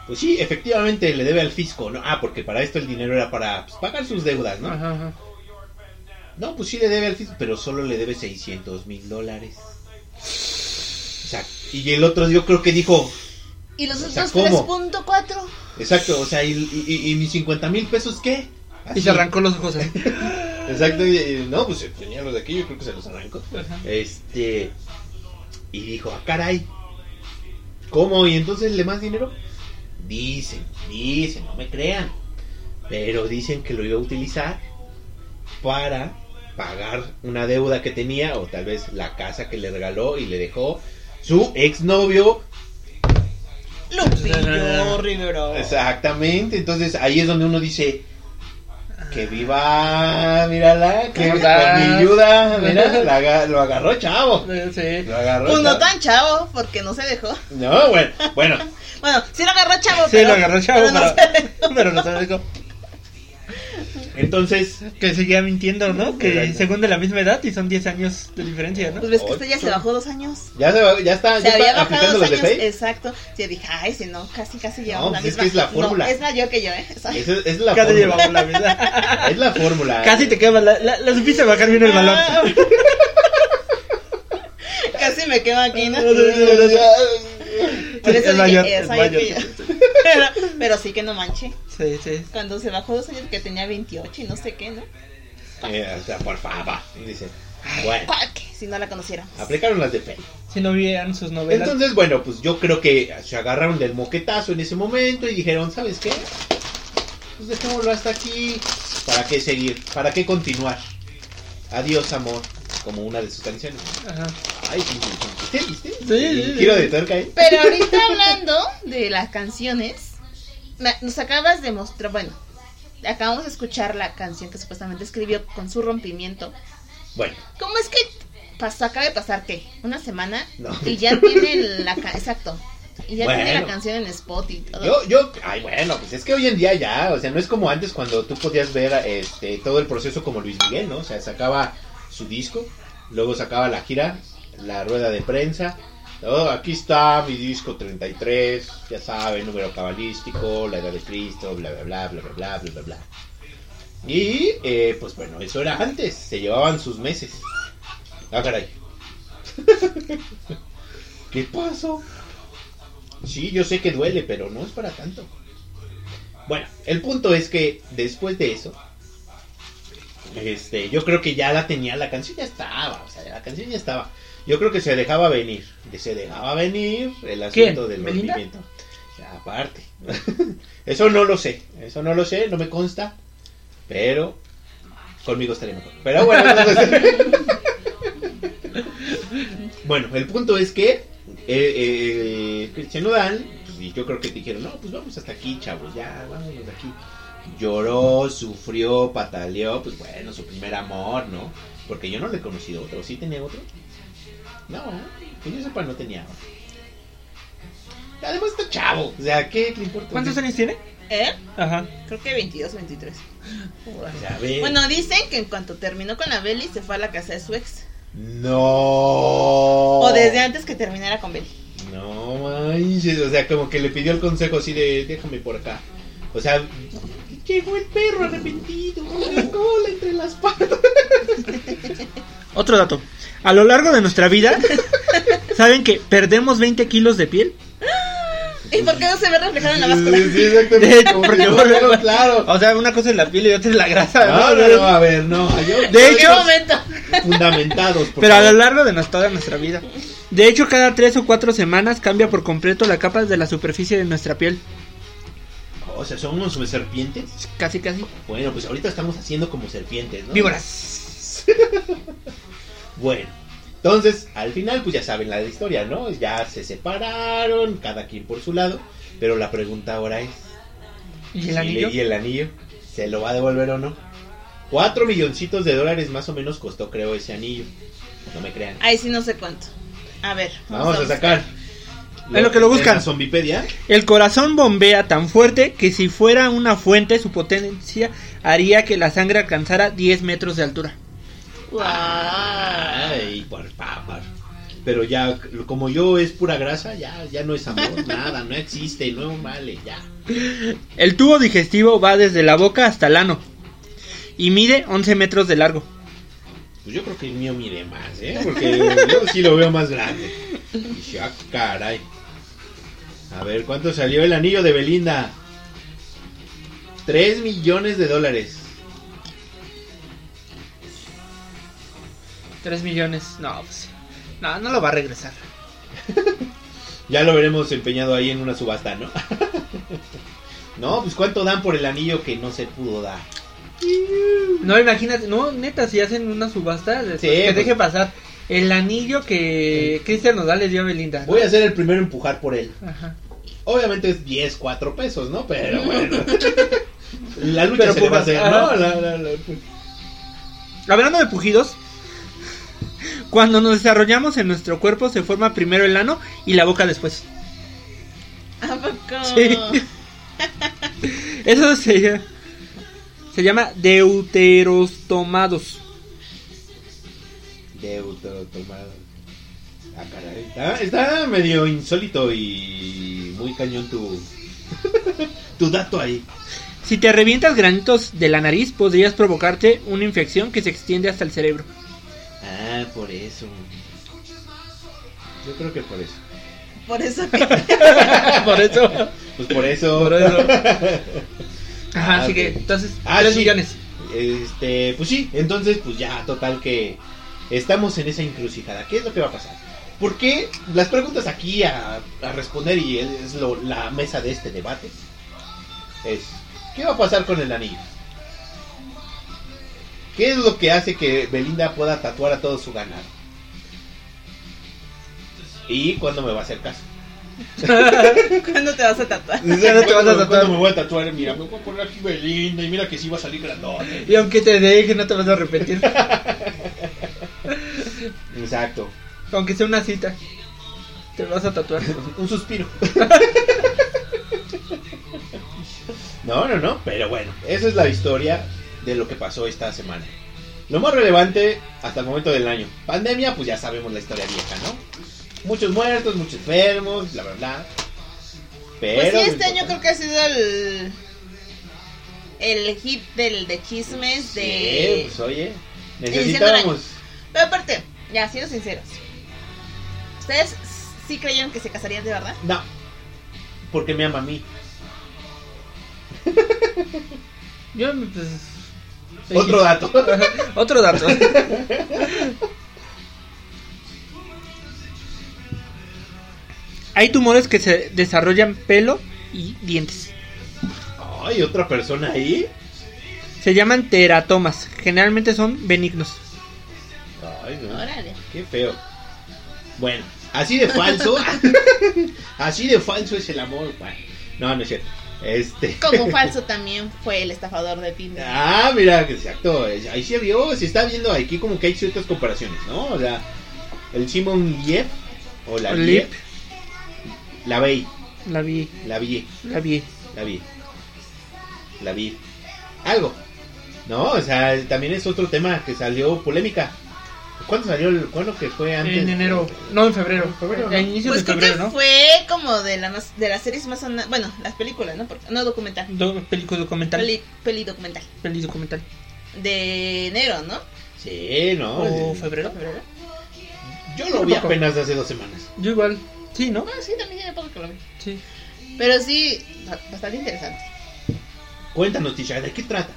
Speaker 3: Pues sí, efectivamente le debe al fisco, ¿no? Ah, porque para esto el dinero era para pues, pagar sus deudas, ¿no?
Speaker 4: Ajá, ajá.
Speaker 3: No, pues sí le debe al fisco, pero solo le debe 600 mil dólares. O sea, y el otro yo creo que dijo,
Speaker 1: Y los
Speaker 3: O sea,
Speaker 1: otros
Speaker 3: ¿cómo?
Speaker 1: 3.4.
Speaker 3: exacto, o sea, ¿y, y- y mis 50 mil pesos qué?
Speaker 4: Y
Speaker 3: Así.
Speaker 4: se arrancó los ojos. así.
Speaker 3: Exacto, y- y- no, pues tenía los de aquí, yo creo que se los arrancó.
Speaker 4: Ajá.
Speaker 3: Este. Y dijo, ah, caray. ¿Cómo? ¿Y entonces le más dinero? Dicen, dicen, no me crean. Pero dicen que lo iba a utilizar para pagar una deuda que tenía o tal vez la casa que le regaló y le dejó su exnovio.
Speaker 1: Lupillo Rivero.
Speaker 3: Exactamente, entonces ahí es donde uno dice... Que viva, mírala, que con mi
Speaker 4: ¿Verdad?
Speaker 3: ayuda, mira, la aga- lo agarró chavo.
Speaker 4: Sí.
Speaker 3: Lo agarró.
Speaker 1: Pues no
Speaker 3: chavo.
Speaker 1: tan chavo, porque no se dejó.
Speaker 3: No, bueno, bueno,
Speaker 1: Bueno, sí lo agarró chavo,
Speaker 4: Sí,
Speaker 1: pero-
Speaker 4: lo agarró chavo,
Speaker 1: pero no
Speaker 4: pero,
Speaker 1: se-
Speaker 4: pero no te digo
Speaker 3: entonces,
Speaker 4: que seguía mintiendo, ¿no? Que
Speaker 3: Exacto.
Speaker 4: según de la misma edad y son 10 años de diferencia, ¿no?
Speaker 1: Pues ves que este ya
Speaker 3: Ocho.
Speaker 1: se bajó dos años.
Speaker 3: ya, se, va- ya está,
Speaker 1: Se
Speaker 3: ya
Speaker 1: había
Speaker 3: está
Speaker 1: bajado
Speaker 3: aplicando
Speaker 1: dos
Speaker 3: los de
Speaker 1: años,
Speaker 3: Face.
Speaker 1: exacto. Yo dije, ay, si no, casi, casi llevamos la
Speaker 3: pues es
Speaker 1: misma.
Speaker 3: que es la
Speaker 1: No,
Speaker 3: fórmula.
Speaker 1: es mayor que yo, ¿eh? Esa-
Speaker 3: Es, es la
Speaker 4: Casi
Speaker 3: fórmula.
Speaker 4: llevamos la vida.
Speaker 3: Es la fórmula.
Speaker 4: (laughs) Casi te quema. La, la, la supiste bajar bien el balón. (laughs)
Speaker 1: Ah. (laughs) Casi me quedo aquí,
Speaker 3: (laughs)
Speaker 1: ¿no? Por eso
Speaker 4: Es mayor,
Speaker 1: dije, es
Speaker 4: es
Speaker 1: mayor que
Speaker 4: mayor.
Speaker 1: yo. (laughs) Pero, pero sí que no manche.
Speaker 4: Sí, sí.
Speaker 1: Cuando se bajó dos años que tenía 28 y no sé qué, ¿no?
Speaker 3: Eh, o sea, por favor. Dice, bueno,
Speaker 1: ¿Cuál que? Si no la conociera.
Speaker 3: aplicaron las de Face.
Speaker 4: Si no vieran sus novelas.
Speaker 3: Entonces, bueno, pues yo creo que se agarraron del moquetazo en ese momento y dijeron, ¿sabes qué? Pues dejémoslo hasta aquí. ¿Para qué seguir? ¿Para qué continuar? Adiós, amor. Como una de sus canciones.
Speaker 4: Ajá.
Speaker 3: Ay, sí, sí, sí. ¿Viste? ¿Viste?
Speaker 4: Sí, sí, sí.
Speaker 3: Giro de tuerca, ¿eh?
Speaker 1: Pero ahorita hablando de las canciones, me- nos acabas de mostrar, bueno, acabamos de escuchar la canción que supuestamente escribió con su rompimiento.
Speaker 3: Bueno,
Speaker 1: ¿Cómo es que pasó, acaba de pasar qué? ¿Una semana?
Speaker 3: No.
Speaker 1: Y ya tiene la canción, exacto. Y ya tiene
Speaker 3: Bueno.
Speaker 1: la canción en spot y todo.
Speaker 3: Yo, yo, ay, bueno, pues es que hoy en día ya, o sea, no es como antes cuando tú podías ver este, todo el proceso como Luis Miguel, ¿no? O sea, sacaba su disco, luego sacaba la gira, la rueda de prensa, oh, aquí está mi disco 33, ya saben, número cabalístico, la edad de Cristo, bla, bla, bla, bla, bla, bla, bla, bla, bla. Y, eh, pues bueno, eso era antes, se llevaban sus meses. Ah, caray. (laughs) ¿Qué pasó? Sí, yo sé que duele, pero no es para tanto. Bueno, el punto es que después de eso, este, yo creo que ya la tenía, la canción ya estaba, o sea, la canción ya estaba. Yo creo que se dejaba venir, que se dejaba venir el asunto del
Speaker 4: ¿Belinda?
Speaker 3: rompimiento. Aparte, (laughs) eso no lo sé, eso no lo sé, no me consta, pero conmigo estaría mejor. Pero bueno, entonces- bueno, el punto es que eh, eh, Cristian Nodal, pues, y yo creo que te dijeron, no, pues vamos hasta aquí, chavos, ya, vámonos de aquí. Lloró, sufrió, pataleó, pues bueno, su primer amor, ¿no? Porque yo no le he conocido otro, ¿sí tenía otro? No, que yo sepa no tenía otro. Además está chavo, o sea, ¿qué le importa?
Speaker 4: ¿Cuántos años tiene?
Speaker 1: ¿Eh?
Speaker 4: Ajá.
Speaker 1: Creo que 22 o 23.
Speaker 3: O sea, a ver.
Speaker 1: Bueno, dicen que en cuanto terminó con la Belly se fue a la casa de su ex.
Speaker 3: No. Oh.
Speaker 1: O desde antes que terminara con Belly.
Speaker 3: No manches, o sea, como que le pidió el consejo así de déjame por acá. O sea, llegó el perro arrepentido, con la cola entre las patas.
Speaker 4: Otro dato. A (laughs) lo largo de nuestra vida, ¿saben que perdemos 20 kilos de piel?
Speaker 1: ¿Y por qué no se ve reflejado en la
Speaker 3: Sí,
Speaker 1: báscula? (laughs)
Speaker 3: sí,
Speaker 4: (laughs)
Speaker 3: exactamente. Como
Speaker 4: Porque
Speaker 3: yo,
Speaker 4: por-
Speaker 3: pero claro.
Speaker 4: O sea, una cosa es la piel y otra es la grasa.
Speaker 3: No, no, no, a ver, no. yo-
Speaker 4: De
Speaker 1: ¿En qué
Speaker 4: hecho,
Speaker 1: momento?
Speaker 3: fundamentados. por
Speaker 4: Pero a lo
Speaker 3: favor.
Speaker 4: largo de nos- toda nuestra vida. De hecho, cada tres o cuatro semanas cambia por completo la capa de la superficie de nuestra piel.
Speaker 3: O sea, somos serpientes.
Speaker 4: Casi, casi.
Speaker 3: Bueno, pues ahorita estamos haciendo como serpientes, ¿no?
Speaker 4: Víboras.
Speaker 3: Bueno, entonces, al final, pues ya saben la historia, ¿no? Ya se separaron, cada quien por su lado. Pero la pregunta ahora es:
Speaker 4: ¿Y el
Speaker 3: le-
Speaker 4: anillo?
Speaker 3: ¿Y el anillo? ¿Se lo va a devolver o no? Cuatro milloncitos de dólares más o menos costó, creo, ese anillo. No me crean.
Speaker 1: Ahí sí no sé cuánto. A ver.
Speaker 3: Vamos a sacar.
Speaker 4: Es lo que lo buscan.
Speaker 3: en la Zombipedia.
Speaker 4: El corazón bombea tan fuerte que si fuera una fuente, su potencia haría que la sangre alcanzara 10 metros de altura.
Speaker 1: Wow.
Speaker 3: Ay, por favor. Pero ya, como yo es pura grasa, ya, ya no es amor, (laughs) nada, no existe, no vale, ya.
Speaker 4: El tubo digestivo va desde la boca hasta el ano y mide 11 metros de largo.
Speaker 3: Pues yo creo que el mío mide más, ¿eh? Porque yo sí lo veo más grande. Y ya, caray. A ver, ¿cuánto salió el anillo de Belinda? 3 millones de dólares.
Speaker 4: 3 millones. No, pues, no, no lo va a regresar.
Speaker 3: Ya lo veremos empeñado ahí en una subasta, ¿no? (laughs) No, pues ¿cuánto dan por el anillo que no se pudo dar?
Speaker 4: No, imagínate, no, neta, si hacen una subasta, después
Speaker 3: Sí,
Speaker 4: que
Speaker 3: pues.
Speaker 4: deje pasar el anillo que Cristian Nodal le dio a Belinda. ¿no?
Speaker 3: Voy a ser el primero en empujar por él.
Speaker 4: Ajá.
Speaker 3: Obviamente es 10, 4 pesos, ¿no? Pero bueno. (laughs) La lucha
Speaker 4: Pero
Speaker 3: se le va a
Speaker 4: pues,
Speaker 3: hacer, ¿no?
Speaker 4: ajá.
Speaker 3: ah, La- la- la- pues.
Speaker 4: Hablando de pujidos, cuando nos desarrollamos en nuestro cuerpo se forma primero el ano y la boca después.
Speaker 1: ¿A poco?
Speaker 4: Sí. Eso se, llama- se llama deuterostomados.
Speaker 3: Deuto tomado. Ah, caray. Está, está medio insólito y muy cañón tu, (laughs) tu dato ahí.
Speaker 4: Si te revientas granitos de la nariz, podrías provocarte una infección que se extiende hasta
Speaker 3: (laughs)
Speaker 4: el cerebro.
Speaker 3: Ah, por eso. Yo creo que por eso.
Speaker 1: Por eso que. (laughs)
Speaker 4: Por eso.
Speaker 3: Pues por eso.
Speaker 4: Por eso. (laughs) Ajá,
Speaker 3: Ah,
Speaker 4: así
Speaker 3: ok.
Speaker 4: que entonces,
Speaker 3: Ah,
Speaker 4: 3
Speaker 3: sí.
Speaker 4: millones.
Speaker 3: Este, pues sí, entonces pues ya, total que estamos en esa encrucijada. ¿Qué es lo que va a pasar? ¿Por qué las preguntas aquí a, a responder y es lo- la mesa de este debate? Es, ¿qué va a pasar con el anillo? ¿Qué es lo que hace que Belinda pueda tatuar a todo su ganado? ¿Y cuándo me va a hacer
Speaker 4: (laughs)
Speaker 3: caso?
Speaker 1: ¿Cuándo te vas a tatuar?
Speaker 4: no te vas a
Speaker 3: ¿Cuándo-
Speaker 4: tatuar?
Speaker 3: cuándo me voy a tatuar? Mira, me voy a poner aquí Belinda y mira que sí va a salir grandote.
Speaker 4: (laughs) Y aunque te deje, no te vas a arrepentir.
Speaker 3: Exacto.
Speaker 4: aunque sea una cita, te vas a tatuar.
Speaker 3: Un suspiro. no, no, no, pero bueno, esa es la historia de lo que pasó esta semana. Lo más relevante hasta el momento del año. Pandemia, pues ya sabemos la historia vieja, ¿no? Muchos muertos, muchos enfermos, bla, bla, bla. Pero...
Speaker 1: Pues sí,
Speaker 3: lo
Speaker 1: este año creo
Speaker 3: importante-
Speaker 1: que ha sido el. El hit del de chismes
Speaker 3: Sí,
Speaker 1: de.
Speaker 3: pues oye,
Speaker 1: Iniciando el año.
Speaker 3: necesitamos...
Speaker 1: Pero aparte, ya, siendo sinceros. ¿Ustedes sí creyeron que se casarían de verdad?
Speaker 3: No, porque me ama a mí.
Speaker 4: Yo, pues.
Speaker 3: Otro dato. (laughs)
Speaker 4: Otro dato. (laughs) Hay tumores que se desarrollan pelo y dientes.
Speaker 3: Ay, otra persona ahí.
Speaker 4: Se llaman teratomas. Generalmente son benignos.
Speaker 3: Ay, no.
Speaker 1: Órale.
Speaker 3: Qué feo. Bueno, así de
Speaker 4: (laughs)
Speaker 3: falso. así de falso es el amor. Bueno, no, no es cierto. Este.
Speaker 1: Como falso también fue el estafador de Tinder.
Speaker 3: Ah, mira, exacto. Ahí se vio, se está viendo aquí como que hay ciertas comparaciones, ¿no? O sea, el Simon Liev o la
Speaker 4: Lip.
Speaker 3: Liev. La Bey,
Speaker 4: La vi,
Speaker 3: la Vie,
Speaker 4: la vi.
Speaker 3: la Vie. La Vie. Algo. No, o sea, también es otro tema que salió polémica. ¿Cuándo salió? el- ¿Cuándo que fue antes?
Speaker 4: En enero. No, en febrero.
Speaker 3: En febrero, ¿no?
Speaker 4: A inicios de
Speaker 1: Pues creo que
Speaker 4: febrero, ¿no?
Speaker 1: fue como de, la más- de las series más... sona- Bueno, las películas, ¿no? Porque- no documental.
Speaker 4: Do- película documental.
Speaker 1: Peli, peli documental.
Speaker 4: Peli documental.
Speaker 1: De enero, ¿no?
Speaker 3: Sí, no.
Speaker 4: ¿O
Speaker 3: sí.
Speaker 4: febrero?
Speaker 3: Yo lo vi apenas hace dos semanas.
Speaker 4: Yo igual. Sí, ¿no?
Speaker 1: Ah, sí, también tiene poco que lo vi.
Speaker 4: Sí.
Speaker 1: Pero sí, ba- bastante interesante.
Speaker 3: Cuéntanos, Tisha, ¿de qué trata?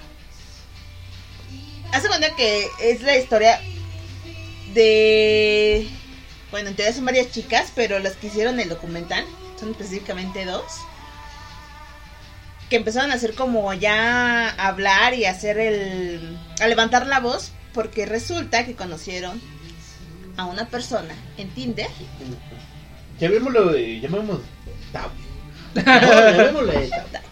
Speaker 1: Hace cuenta que es la historia de. Bueno, en teoría son varias chicas, pero las que hicieron el documental son específicamente dos. Que empezaron a hacer como ya hablar y hacer el. a levantar la voz, porque resulta que conocieron a una persona en Tinder.
Speaker 3: Llamémoslo, eh, llamémoslo Tavo. No, llamémosle Tavo.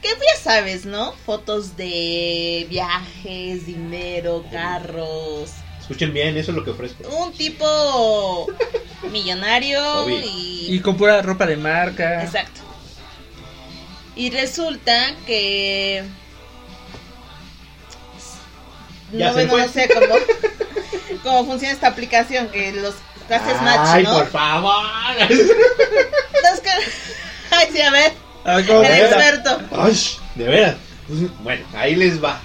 Speaker 1: Que pues, ya sabes, ¿no? Fotos de viajes, dinero, carros.
Speaker 3: Escuchen bien, eso es lo que ofrezco.
Speaker 1: Un tipo millonario
Speaker 3: Obvio.
Speaker 4: (laughs) Y con pura ropa de marca.
Speaker 1: Exacto. Y resulta que.
Speaker 3: Ya
Speaker 1: No,
Speaker 3: se
Speaker 1: bueno,
Speaker 3: fue.
Speaker 1: no sé cómo, cómo (laughs) funciona esta aplicación, que los haces match,
Speaker 3: Ay,
Speaker 1: ¿no?
Speaker 3: por favor. (laughs)
Speaker 1: Entonces, (laughs) que- Ay, sí, a ver,
Speaker 4: A ver cómo
Speaker 1: el
Speaker 3: Era-
Speaker 4: cuenta.
Speaker 1: experto.
Speaker 3: Ay, de veras. Pues, bueno, ahí les va.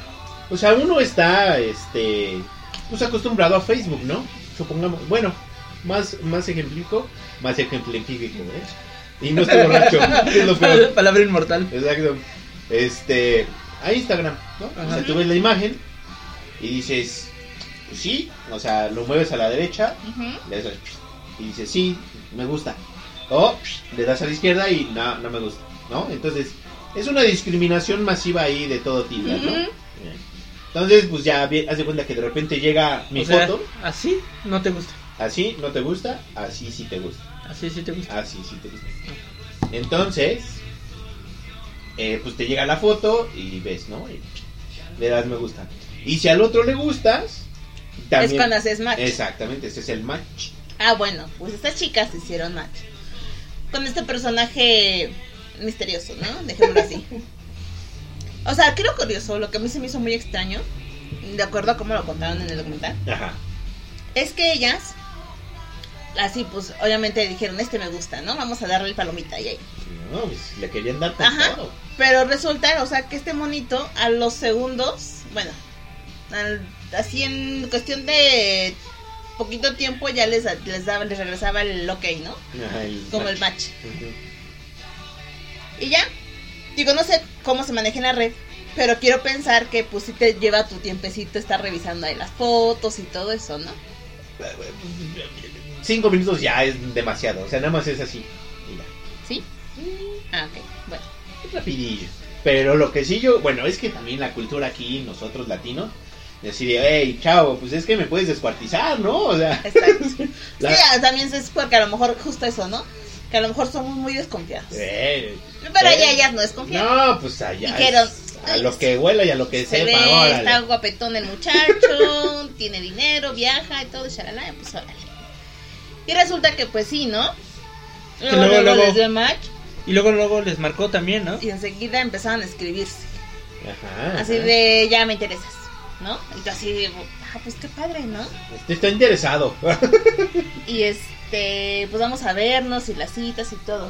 Speaker 3: O sea, uno está, este, pues acostumbrado a Facebook, ¿no? Supongamos, bueno, más, más ejemplifico, más ejemplifico, ¿eh? Y no estoy borracho, que es lo peor.
Speaker 4: (laughs) Palabra inmortal.
Speaker 3: Exacto. Este, a Instagram, ¿no? O
Speaker 4: Ajá.
Speaker 3: sea, tú ves la imagen y dices, pues sí, o sea, lo mueves a la derecha,
Speaker 1: Ujú.
Speaker 3: le das al- y dices, sí, me gusta. O le das a la izquierda y no, no me gusta, ¿no? Entonces, es una discriminación masiva ahí de todo tipo, ¿no?
Speaker 1: Ujú.
Speaker 3: Entonces, pues ya vi- haz de cuenta que de repente llega mi
Speaker 4: O sea,
Speaker 3: foto,
Speaker 4: Así no te gusta.
Speaker 3: así no te gusta, así sí te gusta.
Speaker 4: Así sí te gusta.
Speaker 3: Ah, sí, sí, te gusta. Entonces, eh, pues te llega la foto y ves, ¿no? Y le das me gusta. Y si al otro le gustas,
Speaker 1: Es
Speaker 3: también.
Speaker 1: cuando haces match.
Speaker 3: Exactamente, ese es el match.
Speaker 1: Ah, bueno, pues estas chicas hicieron match. Con este personaje misterioso, ¿no? Dejémoslo así. O sea, creo curioso, lo que a mí se me hizo muy extraño, de acuerdo a cómo lo contaron en el documental,
Speaker 3: Ajá.
Speaker 1: es que ellas, así pues, obviamente dijeron, este me gusta, ¿no? Vamos a darle el palomita y ahí.
Speaker 3: No, pues le querían dar con
Speaker 1: Ajá.
Speaker 3: todo.
Speaker 1: Pero resulta, o sea, que este monito a los segundos, bueno, al- así en cuestión de poquito tiempo ya les, les, daba, les regresaba el ok, ¿no?
Speaker 3: Ajá, el
Speaker 1: Como el
Speaker 3: match.
Speaker 1: match.
Speaker 3: Ujú.
Speaker 1: Y ya. Digo, no sé cómo se maneja en la red, pero quiero pensar que pues si te lleva tu tiempecito estar revisando ahí las fotos y todo eso, ¿no?
Speaker 3: Cinco minutos ya es demasiado. O sea, nada más es así. Y ya.
Speaker 1: ¿Sí?
Speaker 3: Mm.
Speaker 1: Ah, ok. Bueno.
Speaker 3: rapidillo. Pero lo que sí yo, bueno, es que también la cultura aquí, nosotros latinos, decir, hey, chavo, pues es que me puedes descuartizar, ¿no? O
Speaker 4: (laughs)
Speaker 3: sea,
Speaker 1: Exacto.
Speaker 3: (laughs) la-
Speaker 1: Sí, ah, también es porque a lo mejor justo eso, ¿no? Que a lo mejor somos muy desconfiados.
Speaker 3: Eh,
Speaker 1: Pero allá
Speaker 3: eh.
Speaker 1: ellas no desconfían.
Speaker 3: No, pues allá.
Speaker 1: Dijeron,
Speaker 3: es a lo que huela y a lo que
Speaker 1: Se ve,
Speaker 3: sepa, órale.
Speaker 1: está guapetón el muchacho, (laughs) tiene dinero, viaja y todo, shalala, y pues órale. Y resulta que pues sí, ¿no?
Speaker 4: luego,
Speaker 1: Luego, luego
Speaker 4: luego.
Speaker 1: les dio el match
Speaker 4: Y luego luego les marcó también, ¿no?
Speaker 1: y enseguida empezaron a escribirse.
Speaker 3: Ajá, ajá.
Speaker 1: Así de, ya me interesas, ¿no? Y tú así, de, ah, pues qué padre, ¿no?
Speaker 3: Este está interesado. (laughs)
Speaker 1: Y este, pues vamos a vernos y las citas y todo.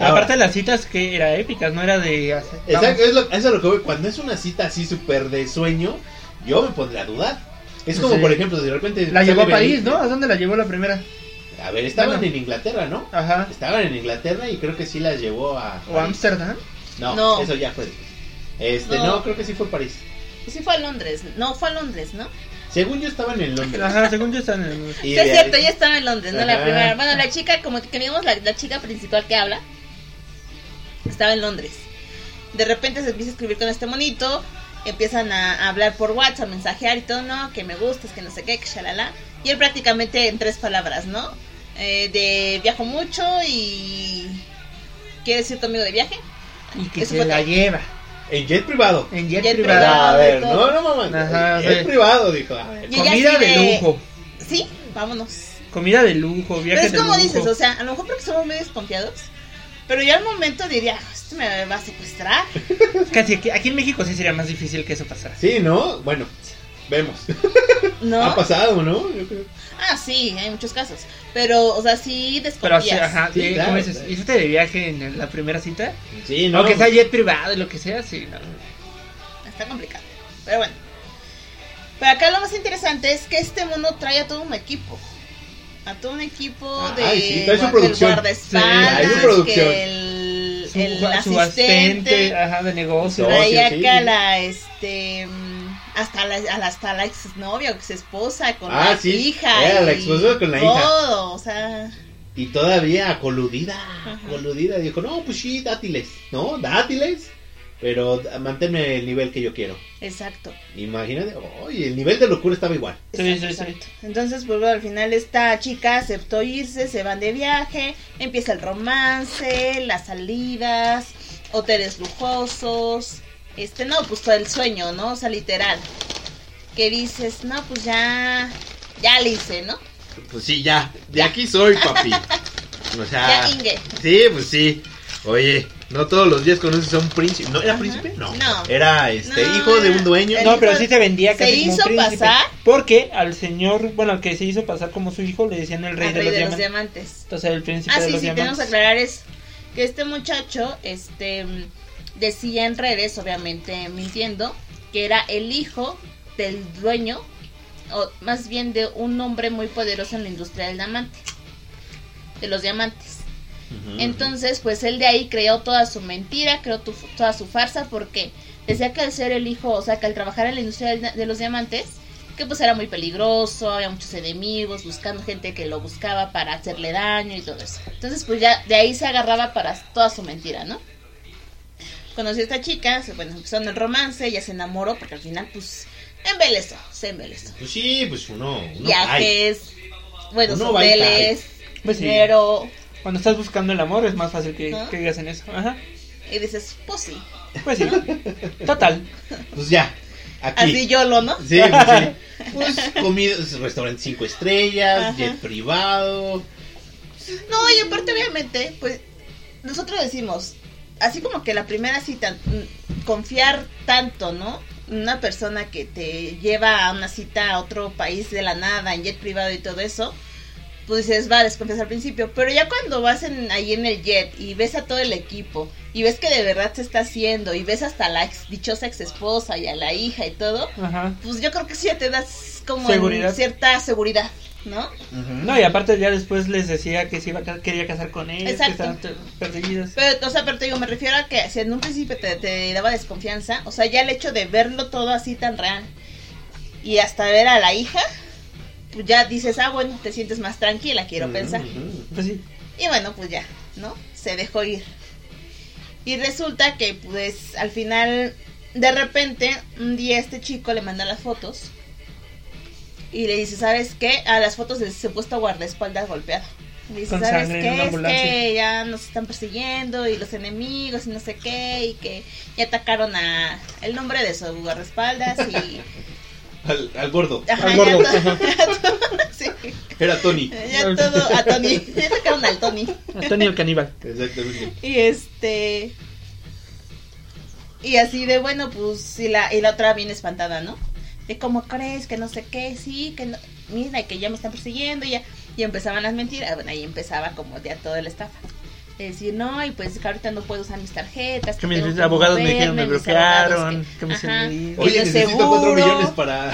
Speaker 3: Ahora.
Speaker 4: Aparte de las citas que era épicas, no era de hacer- vamos.
Speaker 3: Exacto, es lo, eso es lo que voy. Cuando es una cita así súper de sueño, yo me pondré a dudar. Es como,
Speaker 4: Pues Sí.
Speaker 3: por ejemplo, de repente.
Speaker 4: La llevó a
Speaker 3: sale
Speaker 4: París,
Speaker 3: Benito.
Speaker 4: ¿no? ¿A dónde la llevó la primera?
Speaker 3: A ver, estaban
Speaker 4: Bueno.
Speaker 3: en Inglaterra, ¿no?
Speaker 4: Ajá.
Speaker 3: Estaban en Inglaterra y creo que sí las llevó a.
Speaker 4: ¿O Ámsterdam?
Speaker 3: No,
Speaker 1: No.
Speaker 3: eso ya fue después. Este,
Speaker 1: No.
Speaker 3: no. creo que sí fue París.
Speaker 1: Pues sí fue a Londres, no, fue a Londres, ¿no?
Speaker 3: Según yo estaban en Londres.
Speaker 4: Ajá, según yo están en...
Speaker 3: Y
Speaker 1: sí, es
Speaker 3: de-
Speaker 1: cierto, ella estaba en Londres, ¿no? La
Speaker 3: Ajá.
Speaker 1: primera. Bueno, la chica, como que digamos la, la chica principal que habla, estaba en Londres. De repente se empieza a escribir con este monito, empiezan a, a hablar por WhatsApp, a mensajear y todo, no, que me gustas, que no sé qué, que shalala. Y él prácticamente en tres palabras, ¿no? Eh, de viajo mucho y. ¿Quieres ir conmigo de viaje?
Speaker 4: Y que
Speaker 1: Eso
Speaker 4: se
Speaker 1: fue
Speaker 4: la
Speaker 1: todo.
Speaker 4: lleva.
Speaker 3: En jet privado.
Speaker 4: En jet,
Speaker 1: Jet
Speaker 4: privado.
Speaker 1: privado.
Speaker 3: a ver,
Speaker 1: y todo.
Speaker 3: no, no mamá.
Speaker 4: Ajá,
Speaker 3: jet
Speaker 4: sí.
Speaker 3: privado, dijo. "Ah, A ver.
Speaker 1: Y ella
Speaker 4: Comida
Speaker 1: así
Speaker 4: de...
Speaker 1: de-
Speaker 4: lujo.
Speaker 1: Sí, vámonos.
Speaker 4: Comida de lujo,
Speaker 1: Pero
Speaker 4: viajes
Speaker 1: es
Speaker 4: de
Speaker 1: como
Speaker 4: lujo.
Speaker 1: dices, o sea, a lo mejor porque somos muy desconfiados, pero yo al momento diría, este me va a secuestrar.
Speaker 4: Casi aquí, aquí en México sí sería más difícil que eso pasara.
Speaker 3: Sí, ¿no? Bueno, vemos. (laughs)
Speaker 1: ¿No?
Speaker 3: Ha pasado, ¿no? Yo creo.
Speaker 1: Ah, sí, hay muchos casos. Pero, o sea, sí
Speaker 4: Pero
Speaker 1: desconfías.
Speaker 4: así, ajá,
Speaker 3: Sí,
Speaker 4: eh,
Speaker 3: claro,
Speaker 4: ¿cómo dices?
Speaker 3: claro.
Speaker 4: ¿Hiciste de viaje en la primera cita?
Speaker 3: Sí,
Speaker 4: No,
Speaker 3: ¿no?
Speaker 4: que sea jet privado y lo que sea, sí. no.
Speaker 1: Está complicado. Pero bueno. Pero acá lo más interesante es que este mono trae a todo un equipo. a todo un equipo
Speaker 3: Ah,
Speaker 1: de
Speaker 3: ay, sí, trae su
Speaker 1: del
Speaker 3: producción.
Speaker 4: Sí,
Speaker 1: guardaespaldas,
Speaker 4: trae su
Speaker 3: producción.
Speaker 1: que el,
Speaker 4: Su,
Speaker 1: el
Speaker 4: su
Speaker 1: asistente,
Speaker 4: asistente, ajá, de negocio.
Speaker 3: No, ah, oh, sí,
Speaker 1: trae
Speaker 3: sí.
Speaker 1: acá la este mm, hasta la a la- hasta la exnovia o exesposa con
Speaker 3: Ah,
Speaker 1: la
Speaker 3: sí,
Speaker 1: hija
Speaker 3: era la
Speaker 1: y
Speaker 3: exesposa con la hija.
Speaker 1: todo, o sea,
Speaker 3: Y todavía coludida, coludida, dijo, no, pues sí, dátiles, ¿no? Dátiles, pero d- manténme el nivel que yo quiero.
Speaker 1: exacto.
Speaker 3: Imagínate, oye, el nivel de locura estaba igual.
Speaker 4: Sí,
Speaker 1: Exacto,
Speaker 4: sí, sí.
Speaker 1: exacto. Entonces, pues bueno, al final esta chica aceptó irse, se van de viaje, empieza el romance, las salidas, hoteles lujosos, este, no, pues todo el sueño, ¿no? O sea, literal. Que dices, no, pues ya, ya le hice, ¿no?
Speaker 3: Pues sí, ya, de aquí soy, papi. O sea,
Speaker 4: Ah.
Speaker 1: Ya ingué.
Speaker 3: sí, pues sí. Oye, no todos los días conoces a un príncipe. ¿No era
Speaker 1: Ajá.
Speaker 3: príncipe? No.
Speaker 1: No.
Speaker 3: Era este
Speaker 1: No,
Speaker 3: hijo de
Speaker 1: era-
Speaker 3: un dueño.
Speaker 1: el
Speaker 4: No,
Speaker 1: hijo
Speaker 4: pero sí se vendía
Speaker 1: se
Speaker 4: casi como un
Speaker 1: hizo
Speaker 4: príncipe,
Speaker 1: pasar.
Speaker 4: Porque al señor, bueno, al que se hizo pasar como su hijo, le decían el rey,
Speaker 1: Al
Speaker 4: de, los diamantes.
Speaker 1: diamantes.
Speaker 4: Entonces el príncipe
Speaker 1: Ah,
Speaker 4: de
Speaker 1: sí,
Speaker 4: los
Speaker 1: sí, tenemos
Speaker 4: diamantes.
Speaker 1: que aclarar eso. Que este muchacho, este, mm, decía en redes, obviamente mintiendo, que era el hijo del dueño, o más bien de un hombre muy poderoso en la industria del diamante, de los diamantes.
Speaker 3: Ujú.
Speaker 1: Entonces, pues él de ahí creó toda su mentira, creó tu- toda su farsa, porque decía que al ser el hijo, o sea, que al trabajar en la industria del- de los diamantes, que pues era muy peligroso, había muchos enemigos, buscando gente que lo buscaba para hacerle daño y todo eso. Entonces, pues ya de ahí se agarraba para toda su mentira, ¿no? Conoció a esta chica, se, bueno, empezaron el romance, ella se enamoró, porque al final, pues, embelezó, se embelezó.
Speaker 3: Pues sí, pues uno, uno cae.
Speaker 1: Viajes, buenos
Speaker 3: Uno va y cae.
Speaker 1: hoteles,
Speaker 4: Pues sí.
Speaker 1: dinero,
Speaker 4: Cuando estás buscando el amor es más fácil que,
Speaker 1: Ajá.
Speaker 4: que digas en eso.
Speaker 1: (laughs)
Speaker 4: Ajá.
Speaker 1: y dices, pues sí,
Speaker 4: Pues sí. Total.
Speaker 3: Pues ya, aquí.
Speaker 1: así yo lo, ¿no?
Speaker 3: Sí, pues sí. Pues
Speaker 1: (laughs)
Speaker 3: comida, restaurante cinco estrellas,
Speaker 1: Ajá.
Speaker 3: jet privado.
Speaker 1: No, y aparte, obviamente, pues nosotros decimos, así como que la primera cita, mm, confiar tanto, ¿no? Una persona que te lleva a una cita a otro país de la nada, en jet privado y todo eso, pues dices, va, desconfías al principio. Pero ya cuando vas en, ahí en el jet y ves a todo el equipo y ves que de verdad se está haciendo y ves hasta la ex- dichosa ex esposa y a la hija y todo,
Speaker 4: Ajá.
Speaker 1: pues yo creo que sí ya te das como en
Speaker 4: Seguridad.
Speaker 1: cierta seguridad, ¿no?
Speaker 4: No, y aparte ya después les decía que se iba a ca- quería casar con él, que
Speaker 1: Exacto.
Speaker 4: estaban t- perseguidas.
Speaker 1: Pero, o sea, pero te digo, me refiero a que si en un principio te, te daba desconfianza, o sea, ya el hecho de verlo todo así tan real y hasta ver a la hija, pues ya dices, ah, bueno, te sientes más tranquila, quiero
Speaker 3: Ujú,
Speaker 1: pensar.
Speaker 3: ujú.
Speaker 4: Pues sí.
Speaker 1: Y bueno, pues ya, ¿no? Se dejó ir. Y resulta que, pues, al final, de repente, un día este chico le manda las fotos y le dice, ¿sabes qué? A las fotos del supuesto guardaespaldas golpeado. Le dice,
Speaker 4: Con
Speaker 1: ¿sabes
Speaker 4: sangre en una
Speaker 1: qué? Es
Speaker 4: ambulancia".
Speaker 1: que ya nos están persiguiendo y los enemigos y no sé qué, y que ya atacaron a el nombre de su guardaespaldas y...
Speaker 3: Al, al gordo.
Speaker 4: (laughs)
Speaker 1: Ajá,
Speaker 4: Al
Speaker 1: ya
Speaker 4: gordo.
Speaker 1: todo- (laughs) sí,
Speaker 3: Era Tony.
Speaker 1: ya todo a Tony, ya atacaron al Tony.
Speaker 4: Antonio el (laughs) caníbal.
Speaker 3: Exactamente.
Speaker 1: Y este. Y así de bueno, pues. Y la, y la otra bien espantada, ¿no? De cómo crees, que no sé qué, sí, que no. Mira, que ya me están persiguiendo, ya. Y empezaban las mentiras. Bueno, ahí empezaba como ya toda la estafa. De decir, no, y pues que ahorita no puedo usar mis tarjetas.
Speaker 4: Que mis
Speaker 1: tengo
Speaker 4: abogados me dijeron,
Speaker 1: moverme,
Speaker 4: me
Speaker 1: mis abogados
Speaker 4: bloquearon, que me hicieron
Speaker 1: ajá,
Speaker 4: ir.
Speaker 1: que
Speaker 3: Oye,
Speaker 1: yo
Speaker 3: necesito cuatro
Speaker 1: seguro.
Speaker 3: millones para,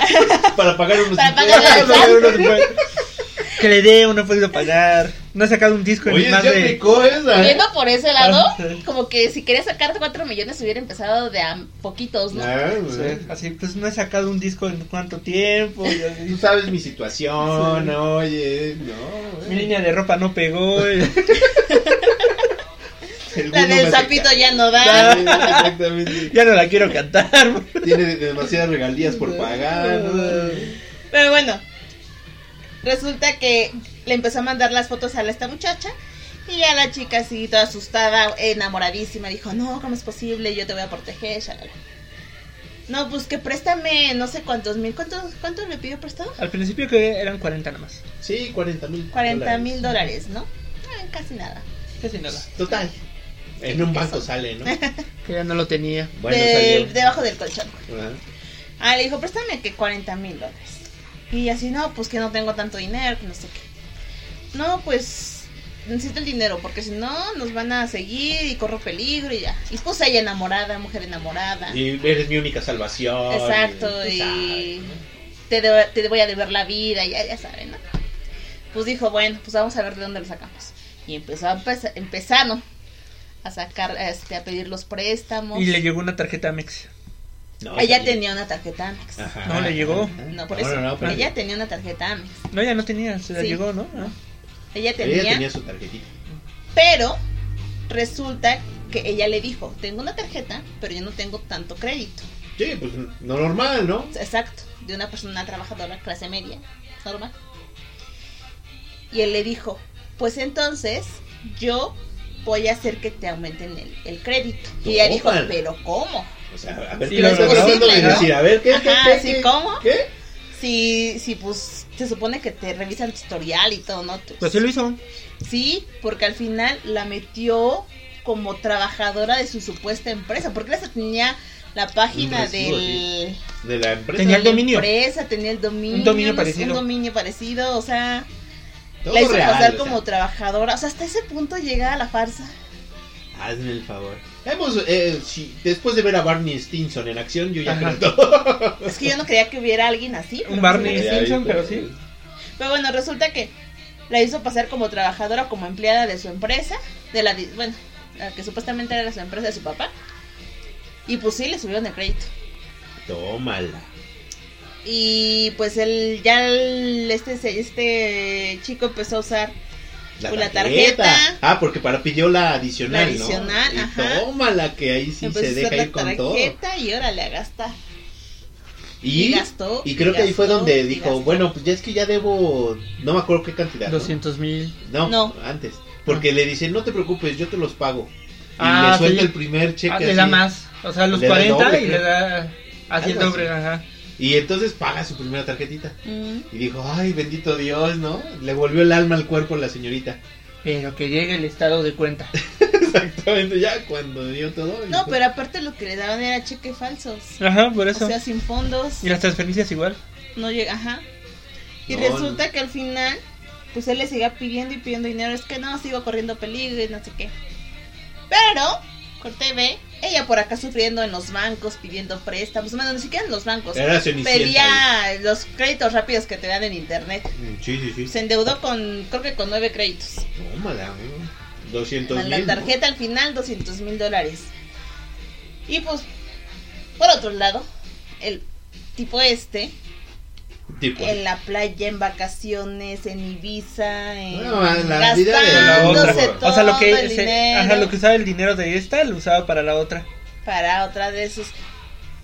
Speaker 3: para pagar unos
Speaker 1: Para pagar
Speaker 3: impuestos.
Speaker 1: el
Speaker 3: Unos impuestos.
Speaker 4: Que le dé, no ha podido pagar. No ha sacado un disco
Speaker 3: Oye,
Speaker 4: en más
Speaker 3: ya
Speaker 4: de...
Speaker 3: picó esa. ¿eh?
Speaker 1: (laughs) Viendo por
Speaker 3: (laughs)
Speaker 1: ese lado,
Speaker 4: Ah, sí.
Speaker 1: como que si quería sacar 4 millones hubiera empezado de a poquitos, ¿no?
Speaker 3: Ah, güey.
Speaker 4: Sí, Así, pues no he sacado un disco en cuánto tiempo. y
Speaker 3: Tú
Speaker 4: así.
Speaker 3: sabes mi situación,
Speaker 4: Sí.
Speaker 3: oye, no. eh. güey.
Speaker 4: Mi línea de ropa no pegó. y- (laughs)
Speaker 3: El
Speaker 1: La
Speaker 3: Bruno
Speaker 1: del
Speaker 3: me
Speaker 1: sapito ya no da.
Speaker 3: hace- Exactamente.
Speaker 4: Ya no la quiero cantar.
Speaker 3: Tiene demasiadas regalías por
Speaker 4: Ah,
Speaker 3: pagar. ¿no?
Speaker 1: Pero bueno, resulta que le empezó a mandar las fotos a la- esta muchacha. Y ya la chica así, toda asustada, enamoradísima, dijo, no, ¿cómo es posible? Yo te voy a proteger, shalala". No, pues que préstame no sé cuántos mil, ¿cuánto, cuánto le pidió prestado?
Speaker 4: Al principio que eran 40 nada más.
Speaker 3: Sí, 40 mil.
Speaker 1: 40 mil dólares, ¿no? Ah, casi nada.
Speaker 4: Casi nada.
Speaker 3: Total. En un banco sale,
Speaker 1: (laughs)
Speaker 3: ¿no?
Speaker 4: Que ya no lo tenía.
Speaker 3: Bueno,
Speaker 1: Del-
Speaker 3: salió.
Speaker 1: debajo del colchón.
Speaker 3: Ajá.
Speaker 1: Ah, le dijo, préstame que 40 mil dólares. Y así, no, pues que no tengo tanto dinero, que no sé qué. No, pues necesito el dinero, porque si no, nos van a seguir y corro peligro y ya. Y pues ella enamorada, mujer enamorada.
Speaker 3: Y eres mi única salvación.
Speaker 1: Exacto,
Speaker 3: tú
Speaker 1: y
Speaker 3: sabes, ¿no?
Speaker 1: te, de- te voy a deber la vida, ya, ya saben, ¿no? Pues dijo, bueno, pues vamos a ver de dónde lo sacamos. Y empezó a pesa- empezaron a sacar, este, a pedir los préstamos.
Speaker 4: Y le llegó una tarjeta Mex.
Speaker 3: No,
Speaker 1: Ella
Speaker 3: sí.
Speaker 1: tenía una tarjeta Amex.
Speaker 3: Ajá.
Speaker 4: No, le llegó.
Speaker 1: No, por eso.
Speaker 3: No, no, pero-
Speaker 1: ella tenía una tarjeta Amex.
Speaker 4: No, ya no tenía, se la
Speaker 1: Sí.
Speaker 4: llegó, ¿no? Ah.
Speaker 1: Ella tenía,
Speaker 3: Ella tenía su tarjetita.
Speaker 1: pero resulta que ella le dijo, tengo una tarjeta, pero yo no tengo tanto crédito.
Speaker 3: Sí, pues no normal, ¿no?
Speaker 1: Exacto, de una persona trabajadora, clase media, normal. Y él le dijo, pues entonces yo voy a hacer que te aumenten el, el crédito. Y ella dijo,
Speaker 3: Tómala.
Speaker 1: pero ¿cómo?
Speaker 3: O sea, a ver
Speaker 4: Sí,
Speaker 3: qué
Speaker 4: lo
Speaker 3: le estás
Speaker 4: logró,
Speaker 3: tratando de
Speaker 1: ¿no?
Speaker 3: decir. A ver, (laughs) ¿qué? qué,
Speaker 1: Ajá,
Speaker 3: qué,
Speaker 1: sí,
Speaker 3: qué?
Speaker 1: ¿cómo?
Speaker 3: ¿Qué?
Speaker 1: Si, si pues se supone que te revisan tutorial y todo, ¿no? Tú-
Speaker 4: Pues sí lo hizo.
Speaker 1: Sí, porque al final la metió como trabajadora de su supuesta empresa, porque ella tenía la página
Speaker 3: Un recibo,
Speaker 1: del...
Speaker 3: De la empresa.
Speaker 4: Tenía el
Speaker 1: de la
Speaker 4: dominio.
Speaker 1: empresa, tenía el dominio.
Speaker 4: Un dominio
Speaker 1: no sé,
Speaker 4: parecido.
Speaker 1: Un dominio parecido, o sea...
Speaker 3: Todo
Speaker 1: la hizo
Speaker 3: real,
Speaker 1: pasar
Speaker 3: o
Speaker 1: como
Speaker 3: sea,
Speaker 1: trabajadora. O sea, hasta ese punto llega a la farsa.
Speaker 3: Hazme el favor. Hemos, eh, sí, después de ver a Barney Stinson en acción, yo ya
Speaker 4: Ajá.
Speaker 3: creo
Speaker 1: Es que yo no creía que hubiera alguien así. pero
Speaker 3: (laughs)
Speaker 4: Un Barney
Speaker 1: resulta que sí.
Speaker 4: Simpson, pero sí.
Speaker 1: Pero bueno, resulta que la hizo pasar como trabajadora, como empleada de su empresa. De la, di- bueno, la que supuestamente era su empresa de su papá. Y pues sí, le subieron el crédito.
Speaker 3: Tómala.
Speaker 1: Y pues él, ya el- este, se- este chico empezó a usar. Pues la tarjeta.
Speaker 3: Ah, porque para pidió la adicional,
Speaker 1: La adicional,
Speaker 3: ¿no? Y
Speaker 1: ajá.
Speaker 3: Tómala, que ahí sí
Speaker 1: empezó
Speaker 3: se
Speaker 1: a usar
Speaker 3: deja
Speaker 1: la
Speaker 3: ir con todo.
Speaker 1: tarjeta y órale, a gastar.
Speaker 3: Y,
Speaker 1: Y gastó,
Speaker 3: y creo
Speaker 1: y
Speaker 3: que ahí fue
Speaker 1: gastó,
Speaker 3: donde
Speaker 1: y
Speaker 3: dijo,
Speaker 1: gastó.
Speaker 3: bueno, pues ya es que ya debo, no me acuerdo qué cantidad. ¿no?
Speaker 4: 200 mil.
Speaker 3: No,
Speaker 1: No.
Speaker 3: antes. Porque le dicen, no te preocupes, yo te los pago. Y
Speaker 4: Ah,
Speaker 3: le suelta
Speaker 4: sí.
Speaker 3: el primer cheque.
Speaker 4: Ah, le da
Speaker 3: así.
Speaker 4: más. O sea, los
Speaker 3: Le da el
Speaker 4: 40
Speaker 3: doble,
Speaker 4: y le
Speaker 3: creo.
Speaker 4: da. Así el
Speaker 3: Algo
Speaker 4: doble,
Speaker 3: así.
Speaker 4: ajá.
Speaker 3: Y entonces paga su primera tarjetita.
Speaker 1: Mm.
Speaker 3: Y dijo, ay, bendito Dios, ¿no? Le volvió el alma al cuerpo a la señorita. (laughs)
Speaker 4: Pero que llegue el estado de cuenta.
Speaker 3: Exactamente, ya cuando dio todo.
Speaker 1: No,
Speaker 3: dijo,
Speaker 1: pero aparte lo que le daban era cheques falsos.
Speaker 4: Ajá, por eso.
Speaker 1: O sea, sin fondos.
Speaker 4: y las transferencias igual.
Speaker 1: No llega, ajá. Y
Speaker 3: No,
Speaker 1: resulta
Speaker 3: no.
Speaker 1: que al final, pues él le siga pidiendo y pidiendo dinero. Es que no, sigo corriendo peligro y no sé qué. Pero, corte B, ella por acá sufriendo en los bancos, pidiendo préstamos. Bueno, ni siquiera en los bancos.
Speaker 3: Era cenicienta.
Speaker 1: Pedía los créditos rápidos que te dan en internet.
Speaker 3: ahí. Mm, Sí, sí, sí.
Speaker 1: Se endeudó con, creo que con nueve créditos.
Speaker 3: Tómala, ¿no? 200
Speaker 1: Más
Speaker 3: mil.
Speaker 1: la
Speaker 3: ¿no?
Speaker 1: tarjeta al final, 200 mil dólares. Y pues, por otro lado, el tipo este,
Speaker 3: Tipo,
Speaker 1: en la playa, en vacaciones, en Ibiza, en
Speaker 3: No, la vida de la
Speaker 4: La otra.
Speaker 1: gastándose todo
Speaker 4: o sea, lo que
Speaker 1: el
Speaker 4: se,
Speaker 1: dinero
Speaker 4: ajá, lo que usaba el dinero de esta lo usaba para la otra.
Speaker 1: para otra de sus...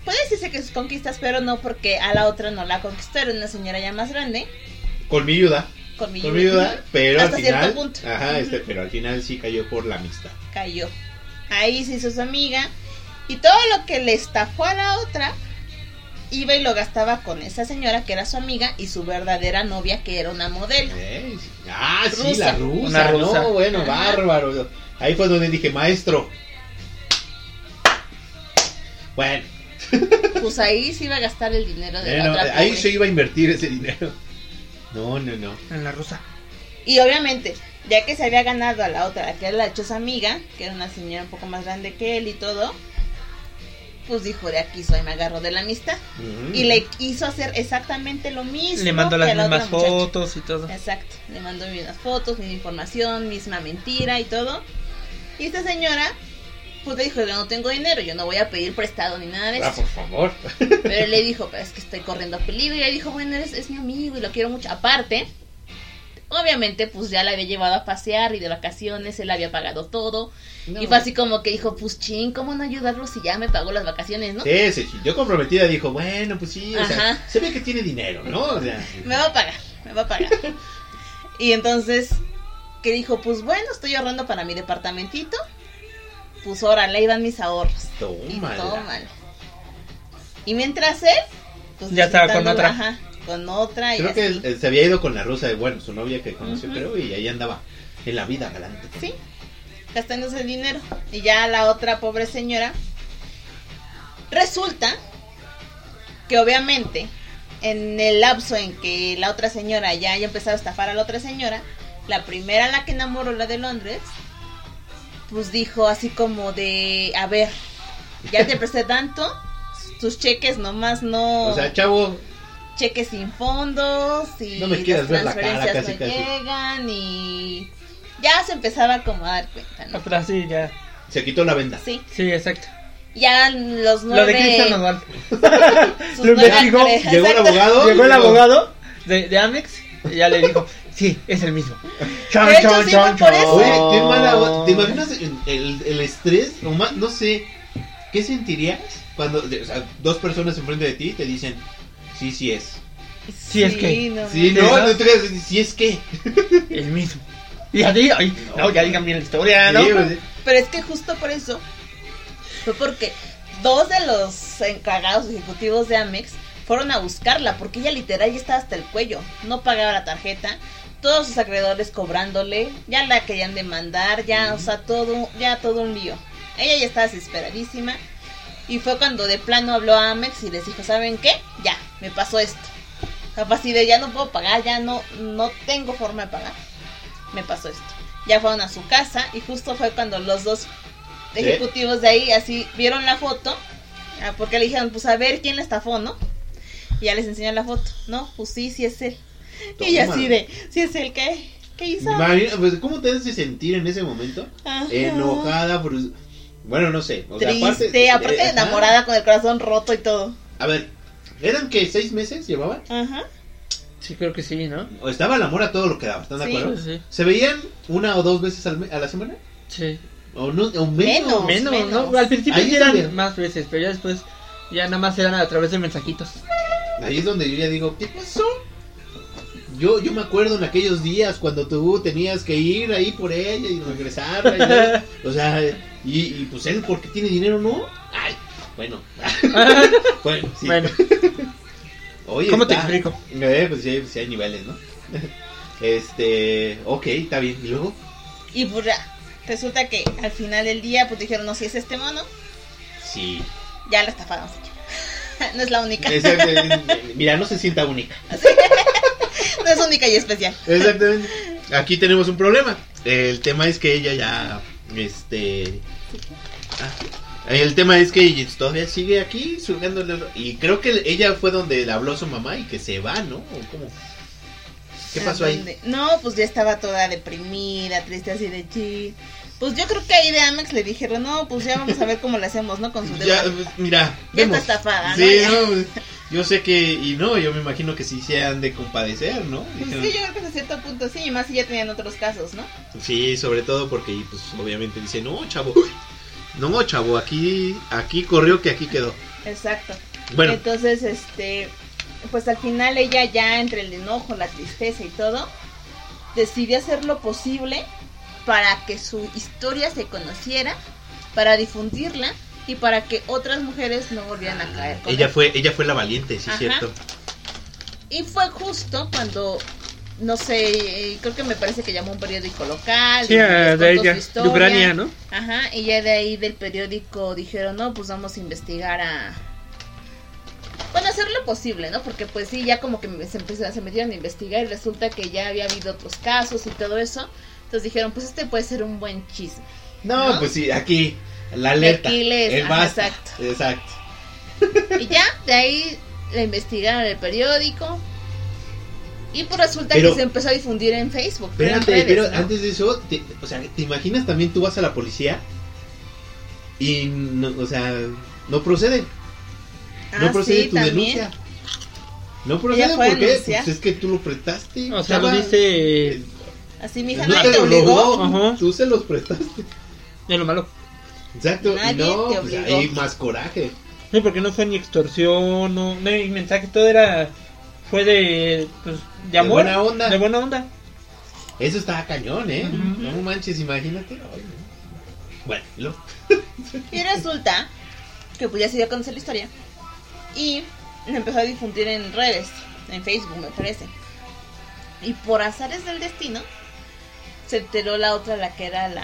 Speaker 1: Puede decirse que sus conquistas, pero no porque a la otra no la conquistó, era una señora ya más grande,
Speaker 3: con mi ayuda.
Speaker 1: con mi
Speaker 3: Con mi ayuda, pero
Speaker 1: Hasta
Speaker 3: al
Speaker 1: cierto
Speaker 3: final.
Speaker 1: punto.
Speaker 3: Ajá, este, pero al final sí cayó por la amistad.
Speaker 1: cayó. Ahí se hizo su amiga. Y todo lo que le estafó a la otra, iba y lo gastaba con esa señora que era su amiga y su verdadera novia que era una modelo.
Speaker 3: ¿Eh? Ah, sí,
Speaker 1: Rusa.
Speaker 3: la rusa,
Speaker 4: Una rusa.
Speaker 3: no, bueno,
Speaker 1: Ajá.
Speaker 3: bárbaro. Ahí fue donde dije, maestro. Bueno,
Speaker 1: Pues ahí se iba a gastar el dinero de la
Speaker 3: bueno,
Speaker 1: otra.
Speaker 3: ahí
Speaker 1: pobre.
Speaker 3: se iba a invertir ese dinero. No, no, no.
Speaker 4: En la rusa.
Speaker 1: Y obviamente, ya que se había ganado a la otra, la que era la dichosa amiga, que era una señora un poco más grande que él y todo, pues dijo, de aquí soy, me agarro de la amistad.
Speaker 3: Ujú.
Speaker 1: Y le hizo hacer exactamente lo mismo.
Speaker 4: Mm. Le mandó
Speaker 1: que
Speaker 4: las
Speaker 1: a la otra
Speaker 4: mismas
Speaker 1: muchacha.
Speaker 4: fotos y todo.
Speaker 1: Exacto, le mandó mismas fotos, misma información, misma mentira y todo. Y esta señora, pues le dijo, yo no tengo dinero, yo no voy a pedir prestado ni nada de
Speaker 3: Ah,
Speaker 1: eso.
Speaker 3: por favor.
Speaker 1: Pero él le dijo, pero es que estoy corriendo peligro. Y él dijo, bueno, eres, es mi amigo y lo quiero mucho. Aparte, obviamente, pues ya la había llevado a pasear y de vacaciones, él había pagado todo. Y fue así como que dijo, pues chin, ¿cómo no ayudarlo si ya me pagó las vacaciones, no?
Speaker 3: Sí, se sintió comprometida, dijo, bueno, pues sí, o sea,
Speaker 1: Ajá.
Speaker 3: se ve que tiene dinero, ¿no? O sea,
Speaker 1: (laughs) Me va a pagar, me va
Speaker 3: (laughs)
Speaker 1: a pagar. y entonces, que dijo, pues bueno, estoy ahorrando para mi departamentito. Pues órale, ahí van mis ahorros. Y
Speaker 3: tómala.
Speaker 1: tómala. Y mientras él, pues
Speaker 4: Ya estaba con
Speaker 1: disfrutándola,
Speaker 4: otra.
Speaker 1: ajá, con otra y
Speaker 3: Creo
Speaker 1: así.
Speaker 3: que eh, se había ido con la rusa de, bueno, su novia que conoció,
Speaker 1: Ujú.
Speaker 3: creo, y ahí andaba en la vida galante.
Speaker 1: Sí, gastándose el dinero. Y ya la otra pobre señora. Resulta que obviamente en el lapso en que la otra señora ya haya empezado a estafar a la otra señora, la primera, la que enamoró, la de Londres, pues dijo así como de, a ver,
Speaker 3: (laughs)
Speaker 1: ya te presté tanto, tus cheques nomás no...
Speaker 3: O sea, chavo,
Speaker 1: cheques sin fondos y
Speaker 3: No me quieras
Speaker 1: las
Speaker 3: ver la cara,
Speaker 1: transferencias
Speaker 3: casi,
Speaker 1: no
Speaker 3: casi.
Speaker 1: llegan y ya se empezaba como a dar cuenta,
Speaker 4: Ah,
Speaker 1: ¿no?
Speaker 4: pues así ya.
Speaker 3: Se quitó la
Speaker 1: (laughs)
Speaker 3: venda.
Speaker 1: Sí,
Speaker 4: Sí, exacto.
Speaker 1: ya los nueve.
Speaker 4: Lo de Cristian Nodal.
Speaker 1: sus
Speaker 4: lo
Speaker 1: nueve
Speaker 4: investigó,
Speaker 1: parejas,
Speaker 3: Llegó el
Speaker 1: exacto.
Speaker 3: abogado.
Speaker 4: Llegó el
Speaker 3: y-
Speaker 4: abogado de, de Amex y ya le dijo, (laughs) sí, es el
Speaker 3: (laughs)
Speaker 4: mismo. Chon,
Speaker 1: De hecho,
Speaker 4: chon,
Speaker 1: sí
Speaker 4: chon,
Speaker 1: fue por
Speaker 4: chon.
Speaker 1: eso.
Speaker 3: Oye,
Speaker 4: Oh.
Speaker 3: qué mala onda. ¿Te imaginas el, el- el estrés? O ma- no sé, ¿qué sentirías cuando o sea, dos personas enfrente de ti te dicen, sí, sí es?
Speaker 4: Sí, es que-
Speaker 1: no,
Speaker 3: Sí,
Speaker 4: no,
Speaker 3: no,
Speaker 4: no.
Speaker 3: no te creas, sí es que.
Speaker 4: El mismo. Y a ti, ay, no, ya digan bien la historia, ¿no?
Speaker 3: Sí, pues,
Speaker 1: Pero es que justo por eso fue porque dos de los encargados ejecutivos de Amex fueron a buscarla porque ella literal ya estaba hasta el cuello, no pagaba la tarjeta, todos sus acreedores cobrándole, ya la querían demandar, ya, o sea, todo, ya todo un lío. Ella ya estaba desesperadísima y fue cuando de plano habló a Amex y les dijo, ¿saben qué? Ya, me pasó esto. O sea, fue así de ya no puedo pagar, ya no, no tengo forma de pagar. Me pasó esto. Ya fueron a su casa y justo fue cuando los dos ejecutivos de ahí así vieron la foto. ah, Porque le dijeron, pues a ver quién la estafó, ¿no? Y ya les enseñó la foto. No, pues sí, sí es él. Y ella
Speaker 3: Toma.
Speaker 1: así de, sí es él, ¿qué? ¿Qué hizo?
Speaker 3: Imagina- pues, ¿Cómo te hace sentir en ese momento?
Speaker 1: Ajá.
Speaker 3: Enojada, frus- bueno, no sé. O sea,
Speaker 1: Triste, aparte,
Speaker 3: eh, ajá.
Speaker 1: enamorada con el corazón roto y todo.
Speaker 3: A ver, ¿eran que seis meses llevaban?
Speaker 1: Ajá.
Speaker 4: Sí, creo que sí, ¿no?
Speaker 3: O estaba el amor a todo lo que daba, ¿están de
Speaker 1: Sí.
Speaker 3: acuerdo?
Speaker 4: Sí,
Speaker 3: ¿Se veían una o dos veces al me- a la semana?
Speaker 4: sí.
Speaker 3: ¿O, no, o menos?
Speaker 1: Menos.
Speaker 4: Menos,
Speaker 1: menos.
Speaker 4: ¿no? Al principio
Speaker 3: Ahí
Speaker 4: sí
Speaker 3: está
Speaker 4: eran
Speaker 3: bien.
Speaker 4: más veces, pero ya después ya nada más eran a través de mensajitos.
Speaker 3: Ahí es donde yo ya digo, ¿qué pasó? Yo, yo me acuerdo en aquellos días cuando tú tenías que ir ahí por ella y regresarla. y no. o sea, y, y pues él porque tiene dinero, ¿no? Ay, bueno. ah, bueno, sí.
Speaker 4: (laughs) Bueno,
Speaker 3: Oye,
Speaker 4: ¿cómo te
Speaker 3: está-
Speaker 4: explico?
Speaker 3: Eh, pues sí, sí hay niveles, ¿no? (laughs) Este, ok, está bien. ¿Y luego?
Speaker 1: Y pues ya, resulta que al final del día, pues dijeron, no, si es este mono,
Speaker 4: (laughs)
Speaker 3: Sí.
Speaker 1: ya la estafaron. señor. (laughs) no es la única,
Speaker 3: Exactamente. eh, Mira, no se sienta única.
Speaker 1: no es única y especial.
Speaker 3: Exactamente. Aquí tenemos un problema. El tema es que ella ya, este, ah, el tema es que todavía sigue aquí subiéndole y creo que ella fue donde le habló a su mamá y que se va, ¿no? ¿O cómo? ¿Qué pasó
Speaker 1: ¿A
Speaker 3: ahí?
Speaker 1: dónde? No, pues ya estaba toda deprimida, triste, así de chi. Pues yo creo que ahí de Amex le dijeron, no, pues ya vamos a ver cómo le hacemos, ¿no? Con su
Speaker 3: Ya,
Speaker 1: deuda.
Speaker 3: pues, mira,
Speaker 1: Ya está
Speaker 3: vemos.
Speaker 1: estafada, ¿no?
Speaker 3: Sí,
Speaker 1: Ya.
Speaker 3: no, pues, yo sé que y no, yo me imagino que sí se han de compadecer, ¿no?
Speaker 1: Pues sí, yo creo que hasta cierto punto sí, y más si ya tenían otros casos, ¿no?
Speaker 3: Sí, sobre todo porque pues obviamente dice, "No, chavo. No, chavo, aquí aquí corrió que aquí quedó."
Speaker 1: Exacto.
Speaker 3: Bueno,
Speaker 1: Entonces, este, pues al final ella ya entre el enojo, la tristeza y todo, decidió hacer lo posible para que su historia se conociera, para difundirla y para que otras mujeres no volvieran a caer. con
Speaker 3: Ella
Speaker 1: él.
Speaker 3: fue, ella fue la valiente, sí,
Speaker 1: Ajá.
Speaker 3: cierto.
Speaker 1: Y fue justo cuando, no sé, eh, creo que me parece que llamó un periódico local. y les contó su historia.
Speaker 4: ¿no?
Speaker 1: Ajá, y ya de ahí del periódico dijeron, no, pues vamos a investigar a... Bueno, hacer lo posible, ¿no? Porque pues sí, ya como que se, empezaron, se metieron a investigar y resulta que ya había habido otros casos y todo eso. Entonces dijeron, pues este puede ser un buen chisme.
Speaker 3: No,
Speaker 1: ¿No?
Speaker 3: pues sí, aquí la alerta.
Speaker 1: Aquí les-
Speaker 3: el
Speaker 1: ajá,
Speaker 3: basta,
Speaker 1: exacto.
Speaker 3: Exacto.
Speaker 1: Y ya, de ahí la investigaron el periódico. Y pues resulta
Speaker 3: Pero-
Speaker 1: que se empezó a difundir en Facebook. en
Speaker 3: Espérate,
Speaker 1: redes,
Speaker 3: pero
Speaker 1: ¿no?
Speaker 3: antes de eso, te- o sea, ¿te imaginas también tú vas a la policía y, no, o sea, no procede? No
Speaker 1: Ah,
Speaker 3: procede
Speaker 1: sí,
Speaker 3: tu
Speaker 1: también.
Speaker 3: denuncia. No procede,
Speaker 1: fue a
Speaker 3: ¿por qué?
Speaker 1: denunciar.
Speaker 3: Pues es que tú lo prestaste.
Speaker 4: O sea, lo
Speaker 3: chava. eh,
Speaker 4: dice
Speaker 1: Así mi hija
Speaker 3: No te
Speaker 1: te
Speaker 3: lo
Speaker 1: obligó.
Speaker 3: robó,
Speaker 4: Ajá.
Speaker 3: tú se los prestaste.
Speaker 4: de lo malo.
Speaker 3: Exacto, y
Speaker 1: Nadie
Speaker 3: no,
Speaker 1: te
Speaker 3: pues
Speaker 1: obligó.
Speaker 3: ahí más coraje.
Speaker 4: Sí, porque no fue ni extorsión, no, no hay mensaje, todo era. Fue de. Pues, de
Speaker 3: De
Speaker 4: amor.
Speaker 3: buena onda.
Speaker 4: De buena onda.
Speaker 3: Eso estaba cañón, ¿eh?
Speaker 4: Ujú.
Speaker 3: No manches, imagínate. Ay, no. Bueno, y luego-
Speaker 1: Y resulta que pues ya se dio a conocer la historia. Y la empezó a difundir en redes, en Facebook me parece. Y por azares del destino, se enteró la otra, la que era la...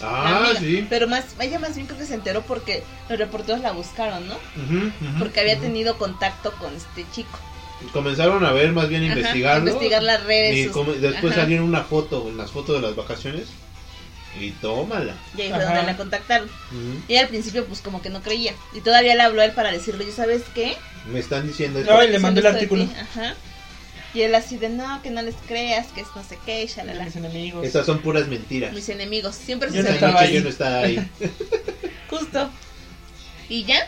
Speaker 1: la
Speaker 3: Ah,
Speaker 1: amiga.
Speaker 3: sí.
Speaker 1: Pero más, ella más bien creo que se enteró porque los reporteros la buscaron, ¿no?
Speaker 3: Ujú, ujú,
Speaker 1: Porque había
Speaker 3: ujú.
Speaker 1: tenido contacto con este chico.
Speaker 3: Comenzaron a ver, más bien
Speaker 1: Ajá,
Speaker 3: investigarlo.
Speaker 1: Investigar las redes.
Speaker 3: Y
Speaker 1: sus-
Speaker 3: come- después
Speaker 1: ajá.
Speaker 3: salieron una foto, en las fotos de las vacaciones. Y tómala.
Speaker 1: Y ahí fue
Speaker 4: Ajá.
Speaker 1: donde la contactaron.
Speaker 3: Ujú.
Speaker 1: Y al principio, pues como que no creía. Y todavía le habló a él para decirle, ¿y sabes qué?
Speaker 3: Me están diciendo esto.
Speaker 4: Ay, le
Speaker 1: Son
Speaker 4: mandé el
Speaker 1: esto de
Speaker 4: artículo.
Speaker 1: ti". Ajá. Y él así de, no, que no les creas, que es no sé qué, y shalala.
Speaker 4: Mis enemigos.
Speaker 3: Estas son puras mentiras.
Speaker 1: Mis enemigos, siempre
Speaker 4: Yo
Speaker 1: sus
Speaker 4: no
Speaker 3: Esta
Speaker 1: enemigos.
Speaker 4: estaba
Speaker 3: noche
Speaker 4: ahí.
Speaker 3: yo no estaba ahí.
Speaker 1: Justo. Y ya.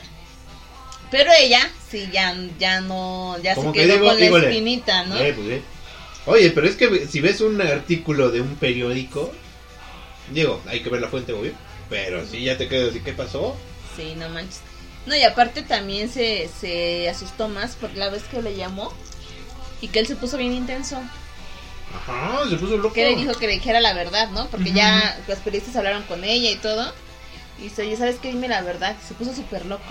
Speaker 1: Pero ella, sí, ya, ya no, ya se
Speaker 3: Como
Speaker 1: quedó
Speaker 3: que digo-
Speaker 1: con la
Speaker 3: dígole.
Speaker 1: espinita, (laughs) ¿no?
Speaker 3: Eh, pues, eh. Oye, pero es que si ves un artículo de un periódico, digo, hay que ver la fuente, obvio. Pero si ya te quedas así, ¿qué pasó?
Speaker 1: Sí, no manches. No, y aparte también se, se asustó más por la vez que le llamó y que él se puso bien intenso.
Speaker 3: Ajá, se puso loco.
Speaker 1: Que le dijo que le dijera la verdad, ¿no? Porque
Speaker 4: Ujú.
Speaker 1: ya los periodistas hablaron con ella y todo. Y dice, oye, ¿sabes qué? Dime la verdad. Se puso súper loco.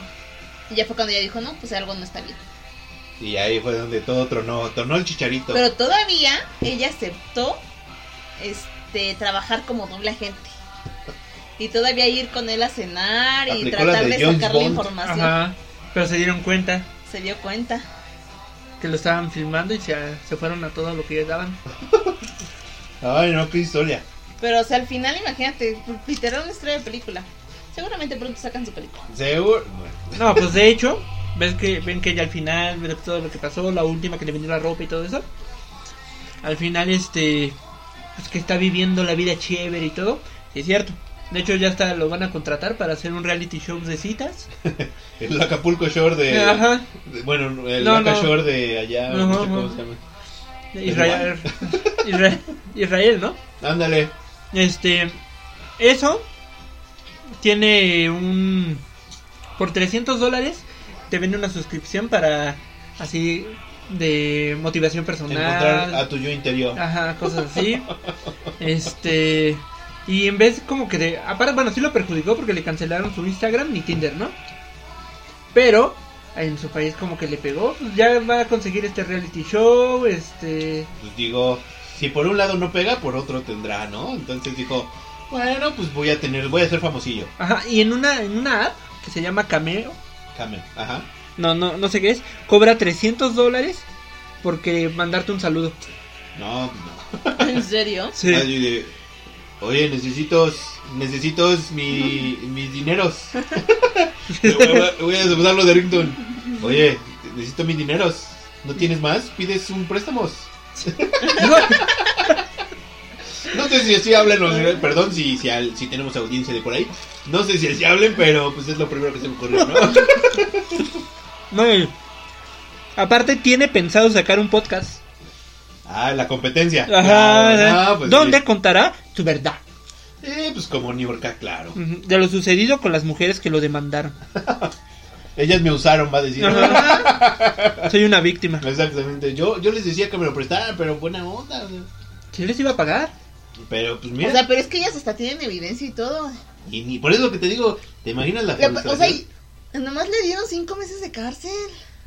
Speaker 1: Y ya fue cuando ella dijo, no, pues algo no está bien.
Speaker 3: Y ahí fue donde todo tronó, tronó el chicharito.
Speaker 1: Pero todavía ella aceptó este trabajar como doble agente. Y todavía ir con él a cenar y
Speaker 3: Aplicó la
Speaker 1: tratar
Speaker 3: de
Speaker 1: de,
Speaker 3: James
Speaker 1: sacarle
Speaker 3: Bond.
Speaker 1: información.
Speaker 4: Ajá. Pero se dieron cuenta
Speaker 1: Se dio cuenta.
Speaker 4: que lo estaban filmando y se, se fueron a todo lo que ellos daban.
Speaker 3: Ay, no, qué historia.
Speaker 1: Pero, o sea, al final, imagínate, literal una historia de película. Seguramente pronto sacan su
Speaker 3: (laughs)
Speaker 1: película.
Speaker 3: Seguro. bueno,
Speaker 4: No, pues de hecho, ves que ven que ya al final de todo lo que pasó, la última que le vendió la ropa y todo eso. Al final este pues que está viviendo la vida chévere y todo, sí es cierto. De hecho ya hasta lo van a contratar para hacer un reality show de citas.
Speaker 3: El Acapulco Shore de.
Speaker 4: Ajá.
Speaker 3: de- bueno, el
Speaker 4: No,
Speaker 3: Aca
Speaker 4: no.
Speaker 3: Shore de allá.
Speaker 4: Ajá,
Speaker 3: no sé cómo
Speaker 4: ajá.
Speaker 3: se llama.
Speaker 4: Israel, (laughs) Israel, Israel, ¿no?
Speaker 3: Ándale.
Speaker 4: Este, eso tiene un por 300 dólares te vende una suscripción para así de motivación personal.
Speaker 3: Encontrar a tu yo interior.
Speaker 4: Ajá, cosas así. este. Y en vez como que de. Aparte, bueno, sí lo perjudicó porque le cancelaron su Instagram ni Tinder, ¿no? Pero en su país como que le pegó. pues Ya va a conseguir este reality show. Este.
Speaker 3: Pues digo, si por un lado no pega, por otro tendrá, ¿no? Entonces dijo, bueno, pues voy a tener, voy a ser famosillo.
Speaker 4: Ajá, y en una, en una app que se llama Cameo.
Speaker 3: Camel. Ajá.
Speaker 4: No, no, no sé qué es. Cobra 300 dólares porque mandarte un saludo.
Speaker 3: No, no.
Speaker 1: ¿En serio?
Speaker 4: Sí.
Speaker 3: Ah, yo de, Oye, necesito, necesito mi, mis dineros. voy, a- voy a usarlo de Rington. Oye, necesito mis dineros. ¿No tienes más? ¿Pides un
Speaker 4: (laughs)
Speaker 3: préstamo? No sé si así hablan los... Perdón si, si, al- si tenemos audiencia de por ahí. No sé si así hablen, pero pues es lo primero que se me ocurrió,
Speaker 4: (laughs)
Speaker 3: ¿no?
Speaker 4: No, y- aparte tiene pensado sacar un podcast.
Speaker 3: Ah, la competencia.
Speaker 4: Ajá.
Speaker 3: Ah, pues,
Speaker 4: donde
Speaker 3: sí.
Speaker 4: contará tu verdad
Speaker 3: Eh, pues como New York, claro.
Speaker 4: Ujú, de lo sucedido con las mujeres que lo demandaron.
Speaker 3: Ellas me usaron, va a decir. (laughs)
Speaker 4: Ajá. Soy una víctima.
Speaker 3: Exactamente. Yo, yo les decía que me lo prestaran, pero buena onda. o sea.
Speaker 4: ¿Quién les iba a pagar?
Speaker 3: Pero pues
Speaker 1: O
Speaker 3: mira.
Speaker 1: sea, pero es que ellas hasta tienen evidencia y todo.
Speaker 3: Y ni- por eso que te digo, ¿te imaginas la
Speaker 1: La- o
Speaker 3: frustración?
Speaker 1: sea, y- nomás le dieron cinco meses de cárcel.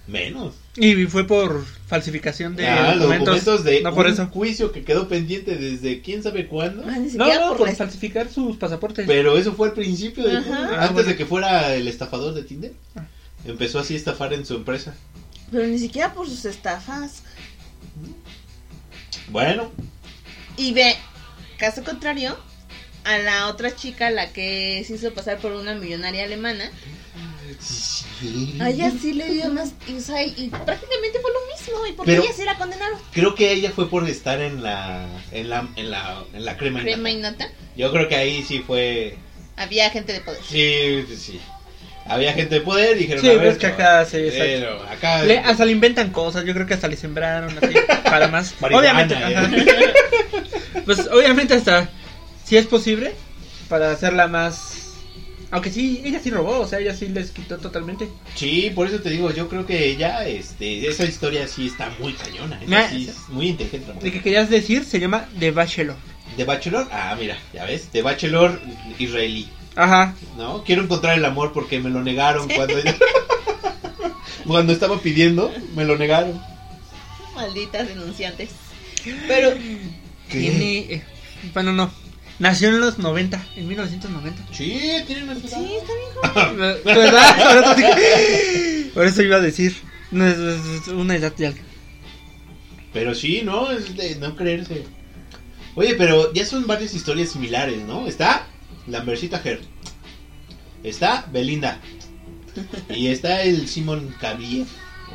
Speaker 3: Menos.
Speaker 4: Y fue por falsificación de
Speaker 3: Ah, los
Speaker 4: documentos.
Speaker 3: documentos de
Speaker 4: No por
Speaker 3: un
Speaker 4: eso.
Speaker 3: juicio que quedó pendiente desde quién sabe cuándo.
Speaker 1: Ah, Ni
Speaker 4: No,
Speaker 1: siquiera
Speaker 4: no,
Speaker 1: por
Speaker 4: por,
Speaker 1: la-
Speaker 4: falsificar sus pasaportes.
Speaker 3: Pero eso fue al principio, de
Speaker 1: Ajá.
Speaker 3: todo.
Speaker 1: Ah,
Speaker 3: antes
Speaker 4: bueno.
Speaker 3: de que fuera el estafador de Tinder.
Speaker 4: Ah.
Speaker 3: Empezó así a estafar en su empresa.
Speaker 1: Pero ni siquiera por sus estafas.
Speaker 3: Bueno,
Speaker 1: Y ve, caso contrario, a la otra chica, la que se hizo pasar por una millonaria alemana, a ella sí le dio más. Y, o sea, y prácticamente fue lo mismo. ¿Y por qué
Speaker 3: Pero-
Speaker 1: ella sí la condenaron?
Speaker 3: creo que ella fue por estar en la en la, en la, en la crema.
Speaker 1: Crema
Speaker 3: innata.
Speaker 1: y nata.
Speaker 3: Yo creo que ahí sí fue.
Speaker 1: Había gente de poder.
Speaker 3: Sí, sí. Había gente de poder, dijeron.
Speaker 4: Sí,
Speaker 3: a ver,
Speaker 4: ves que
Speaker 3: no,
Speaker 4: acá se- exacto.
Speaker 3: pero acá-
Speaker 4: Le- hasta le inventan cosas, yo creo que hasta le sembraron
Speaker 3: (laughs)
Speaker 4: así, para más.
Speaker 3: Marihuana,
Speaker 4: obviamente,
Speaker 3: eh.
Speaker 4: ajá. pues obviamente hasta si es posible para hacerla más aunque sí, ella sí robó, o sea, ella sí les quitó totalmente.
Speaker 3: (laughs) Sí, por eso te digo, yo creo que ella, este, esa historia sí está muy cañona, esa
Speaker 4: Nah,
Speaker 3: sí es muy inteligente.
Speaker 4: De que
Speaker 3: mujer.
Speaker 4: querías decir se llama The Bachelor.
Speaker 3: ¿De Bachelor? Ah, mira, ya ves, de Bachelor israelí,
Speaker 4: Ajá.
Speaker 3: ¿no? Quiero encontrar el amor porque me lo negaron cuando (laughs) cuando estaba pidiendo, me lo negaron.
Speaker 1: Malditas denunciantes. Pero
Speaker 4: Tiene eh, bueno, no. Nació en los 90,
Speaker 3: (laughs)
Speaker 4: en 1990.
Speaker 3: Sí, tiene una ciudad.
Speaker 1: sí, está bien.
Speaker 4: Eh, tu edad, por eso dije- (laughs) Por eso iba a decir no, es- es- es una edad de alguien.
Speaker 3: Pero sí, no, es de no creerse. Oye, pero ya son varias historias similares, ¿no? Está la Mercita Her. Está Belinda. Y está el Simon Cavier.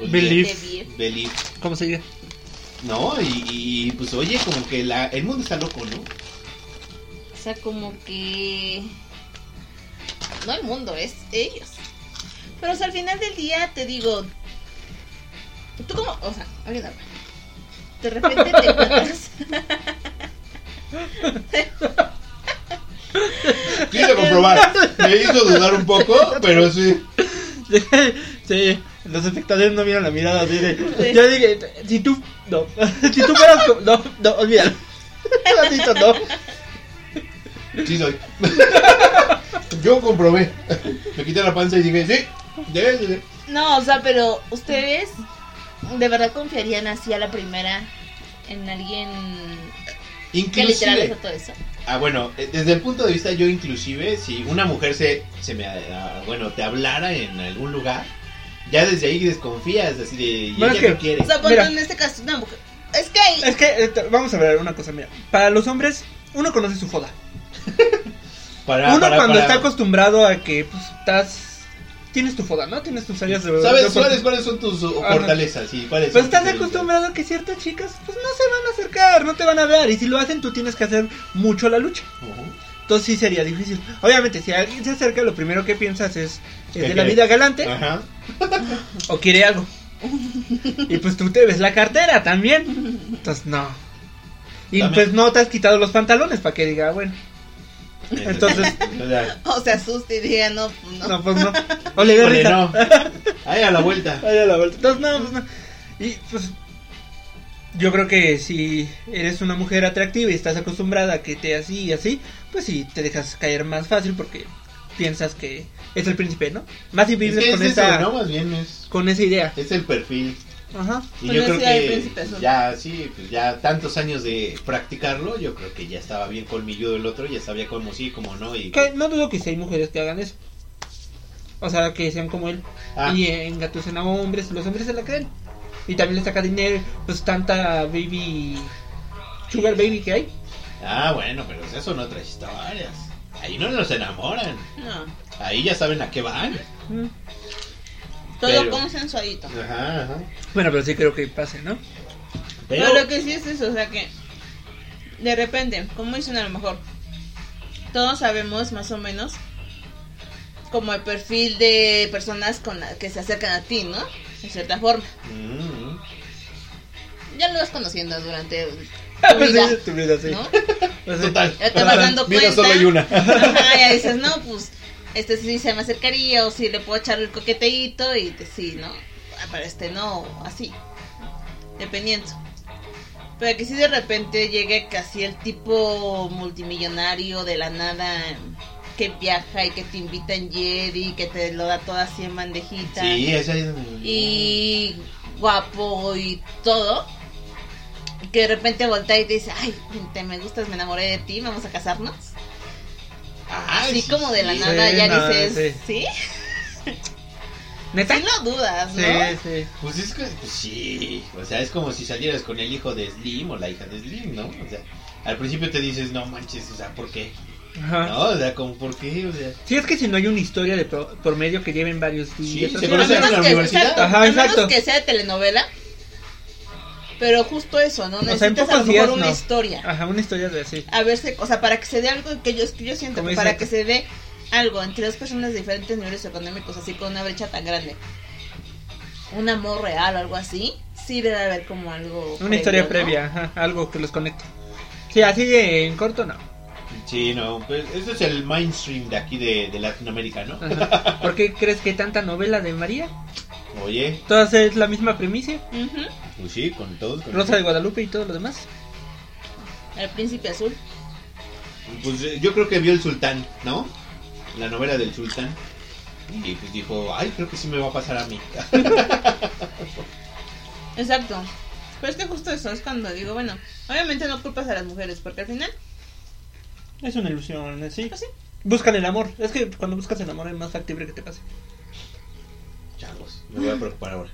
Speaker 4: Believe.
Speaker 1: Te vi.
Speaker 3: Believe.
Speaker 4: ¿Cómo se dice?
Speaker 3: No, y, y, pues oye, como que la, el mundo está loco, ¿no?
Speaker 1: O sea, como que. No el mundo, es ellos. Pero o sea, al final del día te digo. Tú como. O sea, ahorita. va. De repente (laughs) te encuentras.
Speaker 3: Quiero comprobar. Me hizo dudar un poco, pero sí.
Speaker 4: (laughs) Sí, los espectadores no vieron la mirada así de- Yo dije, si tú. No, (laughs) si tú fueras. como- No, no, olvídalo. (laughs) Ratito, no.
Speaker 3: Sí soy. (laughs) Yo comprobé. Me quité la panza y dije, sí, debe de ser.
Speaker 1: No, o sea, pero ustedes. ¿De verdad confiarían así a la primera en alguien que literal es
Speaker 3: Inclusive.
Speaker 1: a todo eso?
Speaker 3: Ah, bueno, eh, desde el punto de vista yo inclusive, si una mujer se, se me, ah, bueno, te hablara en algún lugar, ya desde ahí desconfías, así de, y ella
Speaker 4: Bueno, es que-
Speaker 3: no quiere.
Speaker 1: O sea, ponte
Speaker 4: Mira.
Speaker 1: en este caso, no, porque- es que ahí-
Speaker 4: Es que, eh, t- vamos a ver una cosa, mira. Para los hombres, uno conoce su joda.
Speaker 3: Para,
Speaker 4: Uno
Speaker 3: para-
Speaker 4: cuando
Speaker 3: para-
Speaker 4: está acostumbrado a que, pues, estás. Tienes tu foda, ¿no? Tienes tus áreas de.
Speaker 3: ¿Sabes
Speaker 4: de-
Speaker 3: cuáles, cuáles son tus uh,
Speaker 4: Ajá.
Speaker 3: fortalezas? y cuáles
Speaker 4: Pues
Speaker 3: son
Speaker 4: estás
Speaker 3: tus debilidades?
Speaker 4: acostumbrado a que ciertas chicas, pues, no se van a acercar, no te van a hablar. Y si lo hacen, tú tienes que hacer mucho la lucha.
Speaker 3: Ujú.
Speaker 4: Entonces sí sería difícil. Obviamente, si alguien se acerca, lo primero que piensas es,
Speaker 3: ¿Qué
Speaker 4: es de la
Speaker 3: quiere?
Speaker 4: vida galante
Speaker 3: Ajá.
Speaker 4: o quiere algo. Y pues tú te ves la cartera también. Entonces no. Y
Speaker 3: También.
Speaker 4: pues no te has quitado los pantalones para que diga, "Ah, bueno, Entonces-
Speaker 3: (laughs) O sea,
Speaker 1: o se asuste y diga, no, pues no.
Speaker 4: no, pues no. O le da
Speaker 3: híjole,
Speaker 4: risa.
Speaker 3: no. Ahí a la vuelta.
Speaker 4: (laughs) Ay, a la vuelta. Entonces no, pues no. Y pues yo creo que si eres una mujer atractiva y estás acostumbrada a que te así y así, pues sí, te dejas caer más fácil porque piensas que es el príncipe, ¿no? Más si
Speaker 3: Es
Speaker 4: vives
Speaker 3: que es
Speaker 4: con esa...
Speaker 3: eso, ¿no? Más bien es,
Speaker 4: Con esa idea.
Speaker 3: es el perfil.
Speaker 4: Ajá.
Speaker 3: Y
Speaker 1: Pues
Speaker 3: yo
Speaker 1: no
Speaker 3: creo
Speaker 1: sea el
Speaker 3: que
Speaker 1: príncipe azul.
Speaker 3: ya, sí, pues ya tantos años de practicarlo, yo creo que ya estaba bien colmilludo el otro, ya sabía cómo sí, cómo no. Y,
Speaker 4: Que no dudo que si hay mujeres que hagan eso. O sea, que sean como él.
Speaker 3: Ah,
Speaker 4: Y engatusen a hombres. Los hombres se la creen. Y también le saca dinero. Pues tanta baby. Sugar baby que hay.
Speaker 3: ah, bueno, pero esas son otras historias. Ahí no nos enamoran.
Speaker 1: No,
Speaker 3: Ahí ya saben a qué van.
Speaker 4: Mm.
Speaker 1: todo
Speaker 3: Pero-
Speaker 1: consensuadito.
Speaker 3: Ajá, ajá.
Speaker 4: Bueno, pero sí creo que pase, ¿no?
Speaker 3: Pero,
Speaker 1: No, lo que sí es eso, o sea que de repente, como dicen a lo mejor, todos sabemos más o menos como el perfil de personas con las que se acercan a ti, ¿no? De cierta forma.
Speaker 3: Mm,
Speaker 1: Ya lo vas conociendo durante
Speaker 4: Ah,
Speaker 1: tu
Speaker 4: pues (laughs) sí,
Speaker 1: vida,
Speaker 4: tu vida, sí.
Speaker 1: ¿no?
Speaker 4: Pues sí.
Speaker 3: Total.
Speaker 1: Ya te vas dando
Speaker 3: Mira,
Speaker 1: cuenta.
Speaker 3: solo hay una.
Speaker 1: (laughs) Ajá, ya dices, no, pues este sí se me acercaría o si le puedo echar el coqueteíto y te- sí, ¿no? Ah, Pero este no, o así. Dependiendo. Pero que si de repente llegue casi el tipo multimillonario de la nada que viaja y que te invita en jet y que te lo da todo así en bandejita
Speaker 3: Sí, esa es.
Speaker 1: y guapo y todo. Que de repente voltea y te dice, ay, te me gustas, me enamoré de ti, vamos a casarnos.
Speaker 3: Ah,
Speaker 1: Así
Speaker 3: sí,
Speaker 1: como de la
Speaker 3: sí.
Speaker 1: nada
Speaker 4: sí,
Speaker 1: ya
Speaker 4: no,
Speaker 1: dices, ¿sí?
Speaker 4: ¿Neta?
Speaker 1: Sí lo dudas,
Speaker 4: Sí,
Speaker 1: ¿no?
Speaker 4: sí.
Speaker 3: Pues es que, pues sí, o sea, es como si salieras con el hijo de Slim o la hija de Slim, ¿no? O sea, al principio te dices, no manches, o sea, ¿por qué?
Speaker 4: Ajá.
Speaker 3: No, o sea, como, ¿por qué? O sea,
Speaker 4: Sí, es que si no hay una historia de pro- por medio que lleven varios días.
Speaker 3: se
Speaker 4: así,
Speaker 1: A
Speaker 3: conocen
Speaker 4: ¿no?
Speaker 3: en la
Speaker 1: menos, que,
Speaker 3: universidad.
Speaker 1: exacto,
Speaker 4: Ajá,
Speaker 1: a menos
Speaker 4: exacto.
Speaker 1: que sea de telenovela. Pero justo eso, ¿no?
Speaker 4: O sea, en
Speaker 1: Necesitas a lo
Speaker 4: pocos
Speaker 1: mejor
Speaker 4: días,
Speaker 1: una
Speaker 4: no.
Speaker 1: historia.
Speaker 4: Ajá, una historia de así.
Speaker 1: A verse, o sea, para que se dé algo que yo, que yo siento,
Speaker 4: Como
Speaker 1: que para
Speaker 4: dice-
Speaker 1: que se dé algo entre dos personas de diferentes niveles económicos, así con una brecha tan grande. Un amor real o algo así, sí debe haber como algo.
Speaker 4: Una historia
Speaker 1: ¿no?
Speaker 4: previa, ajá, algo que los conecte. Sí, así de- en corto no.
Speaker 3: Sí, no, pues ese es el mainstream de aquí de, de Latinoamérica, ¿no?
Speaker 4: Ajá. ¿Por qué crees que tanta novela de María?
Speaker 3: Oye,
Speaker 4: Todas es la misma premisa,
Speaker 1: Ujú.
Speaker 3: pues sí, con todos. con-
Speaker 4: Rosa de Guadalupe y todo lo demás.
Speaker 1: El príncipe azul.
Speaker 3: Pues eh, yo creo que vio el sultán, ¿no? La novela del sultán. Y pues dijo, ay, creo que sí me va a pasar a mí. Ah,
Speaker 1: Exacto. Pero es que justo eso es cuando digo, bueno, obviamente no culpas a las mujeres, porque al final,
Speaker 4: Es una ilusión, ¿eh? ¿Ah, sí.
Speaker 1: pues sí.
Speaker 4: Buscan el amor. Es que cuando buscas el amor es más factible que te pase.
Speaker 3: Changos, me voy a preocupar ahora.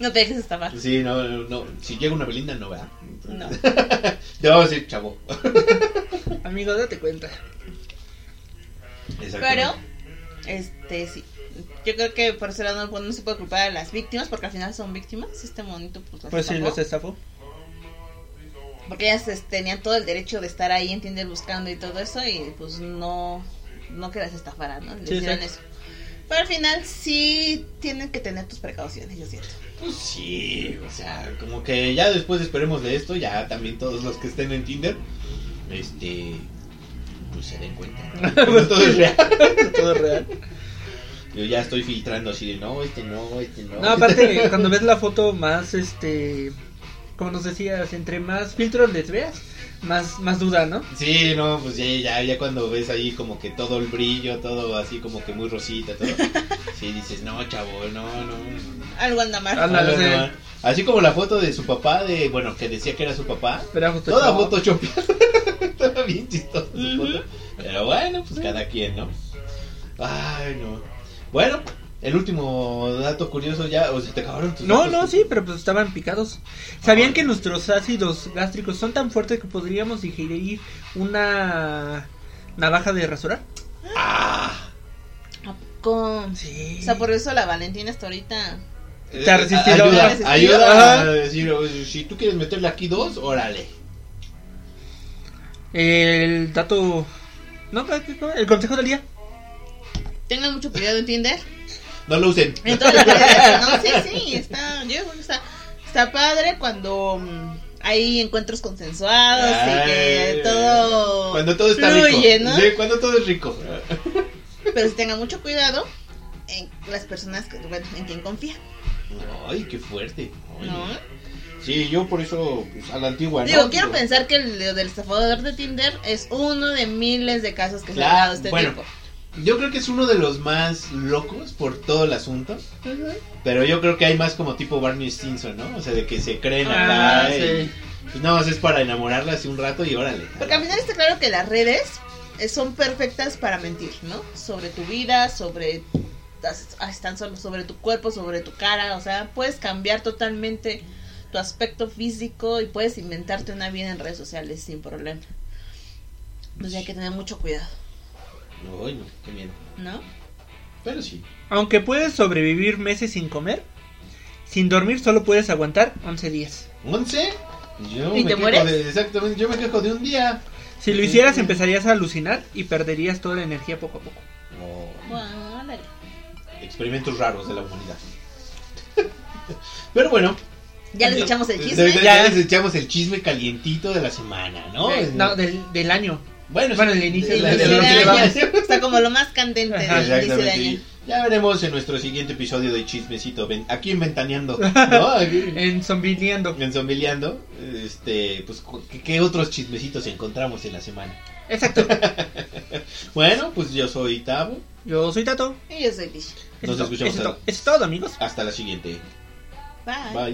Speaker 1: No te dejes
Speaker 3: (laughs)
Speaker 1: estafar.
Speaker 3: Sí, no, no, no. Si llega una Belinda, no vea.
Speaker 1: No.
Speaker 3: Te vamos a decir, chavo.
Speaker 4: (laughs)
Speaker 3: (laughs)
Speaker 4: Amigo, date cuenta.
Speaker 1: Pero, este, sí. Yo creo que por ese lado no, no se puede culpar a las víctimas, porque al final son víctimas. Este monito, pues, las
Speaker 4: Pues sí,
Speaker 1: estafó.
Speaker 4: los (laughs) estafó.
Speaker 1: Porque ellas este, tenían todo el derecho de estar ahí en Tinder buscando y todo eso, y pues no, no que las estafaran, ¿no? Le
Speaker 4: Sí,
Speaker 1: hicieron
Speaker 4: sí.
Speaker 1: eso. Pero al final sí tienen que tener tus precauciones, yo siento.
Speaker 3: Pues sí, o sea, como que ya después esperemos de esto, ya también todos los que estén en Tinder, este, pues se den cuenta. ¿no?
Speaker 4: (laughs) Pues
Speaker 3: Todo es real.
Speaker 4: Todo es real.
Speaker 3: Yo ya estoy filtrando así de, no, este no, este no.
Speaker 4: No, aparte, cuando ves la foto más, este, como nos decías, entre más filtros les veas, más, más duda, ¿no?
Speaker 3: Sí, no, pues ya, ya, ya cuando ves ahí como que todo el brillo, todo así como que muy rosita, todo. Sí, dices, no, chavo, no, no.
Speaker 1: Algo anda mal.
Speaker 4: Anda- Ándale,
Speaker 3: No, no,
Speaker 4: sí.
Speaker 3: no. Así como la foto de su papá, de bueno, que decía que era su papá.
Speaker 4: Pero justo
Speaker 3: Toda
Speaker 4: no.
Speaker 3: Photoshop. (laughs) Estaba bien chistosa su foto. Pero bueno, pues cada quien, ¿no? Ay, no. Bueno, el último dato curioso ya. O sea, te acabaron tus
Speaker 4: No,
Speaker 3: datos?
Speaker 4: no, sí, pero pues estaban picados. ¿Sabían que nuestros ácidos gástricos son tan fuertes que podríamos digerir una navaja de rasurar?
Speaker 3: Ah,
Speaker 1: ¿A poco?
Speaker 4: Sí.
Speaker 1: O sea, por eso la Valentina está ahorita.
Speaker 3: eh,
Speaker 4: Te ha resistido.
Speaker 3: ayuda,
Speaker 1: Te ha
Speaker 3: ayuda a
Speaker 4: resistido.
Speaker 3: decir, oye, si tú quieres meterle aquí dos, órale.
Speaker 4: El dato... No, el consejo del día.
Speaker 1: Tengan mucho cuidado
Speaker 3: (laughs)
Speaker 1: en Tinder.
Speaker 3: No lo usen.
Speaker 1: En todas las redes, ¿no? Sí, sí, está, yo creo que está, está padre cuando mm, hay encuentros consensuados y
Speaker 3: Ay,
Speaker 1: que todo.
Speaker 3: Cuando todo está
Speaker 1: fluye,
Speaker 3: rico.
Speaker 1: ¿no?
Speaker 3: Sí, cuando todo es rico.
Speaker 1: Pero si tengan mucho cuidado en las personas que, bueno, en quien confía,
Speaker 3: Ay, qué fuerte. Ay,
Speaker 1: ¿no?
Speaker 3: Sí, yo por eso, pues, a la antigua. ¿no?
Speaker 1: Digo, quiero
Speaker 3: Pero-
Speaker 1: pensar que el de- del estafador de Tinder es uno de miles de casos que se
Speaker 3: Claro,
Speaker 1: han dado este
Speaker 3: bueno.
Speaker 1: tipo.
Speaker 3: Yo creo que es uno de los más locos por todo el asunto. Pero yo creo que hay más como tipo Barney Stinson, ¿no? O sea, de que se creen
Speaker 4: Ah,
Speaker 3: acá. y-
Speaker 4: sí.
Speaker 3: Pues nada más es para enamorarla hace un rato y órale.
Speaker 1: Porque al final está claro que las redes eh, son perfectas para mentir, ¿no? Sobre tu vida, sobre as- as- tan solo sobre tu cuerpo, sobre tu cara, o sea, puedes cambiar totalmente tu aspecto físico y puedes inventarte una vida en redes sociales sin problema. Entonces hay que tener mucho cuidado,
Speaker 3: No, ay, no, qué miedo.
Speaker 1: ¿no?
Speaker 3: Pero sí.
Speaker 4: Aunque puedes sobrevivir meses sin comer, sin dormir solo puedes aguantar 11 días.
Speaker 3: ¿Once? Pues Yo
Speaker 1: ¿Y
Speaker 3: me
Speaker 1: te
Speaker 3: quejo
Speaker 1: mueres?
Speaker 3: de- exactamente, yo me quejo de un día.
Speaker 4: Si lo hicieras empezarías a alucinar y perderías toda la energía poco a poco.
Speaker 3: No,
Speaker 1: Bueno, ándale.
Speaker 3: experimentos raros de la humanidad. (laughs) Pero bueno.
Speaker 1: ya les echamos el
Speaker 3: Ya,
Speaker 1: chisme.
Speaker 3: ya les echamos el chisme calientito de la semana, ¿no?
Speaker 4: Eh, no, del, del año.
Speaker 3: Bueno,
Speaker 4: Bueno,
Speaker 3: sí,
Speaker 4: el inicio
Speaker 3: de-
Speaker 1: El
Speaker 4: la-
Speaker 3: de- de
Speaker 1: inicio
Speaker 3: lo
Speaker 1: de
Speaker 3: que llevamos.
Speaker 1: año. Está como lo más candente
Speaker 4: Ajá,
Speaker 1: del inicio de
Speaker 3: Exactamente.
Speaker 1: año.
Speaker 3: Ya veremos en nuestro siguiente episodio de Chismecito. ven- Aquí en Ventaneando, ¿no? Aquí
Speaker 4: En Zombileando.
Speaker 3: en Zombileando. Este, pues, cu- ¿qué, qué otros chismecitos encontramos en la semana?
Speaker 4: Exacto.
Speaker 3: Bueno, pues yo soy Tavo.
Speaker 4: Yo soy Tato.
Speaker 1: Y yo soy Lish.
Speaker 4: Eso
Speaker 3: Nos
Speaker 4: es todo-
Speaker 3: escuchamos.
Speaker 4: eso es
Speaker 3: al-
Speaker 4: todo- eso es todo, amigos.
Speaker 3: Hasta la siguiente.
Speaker 1: Bye.
Speaker 3: Bye.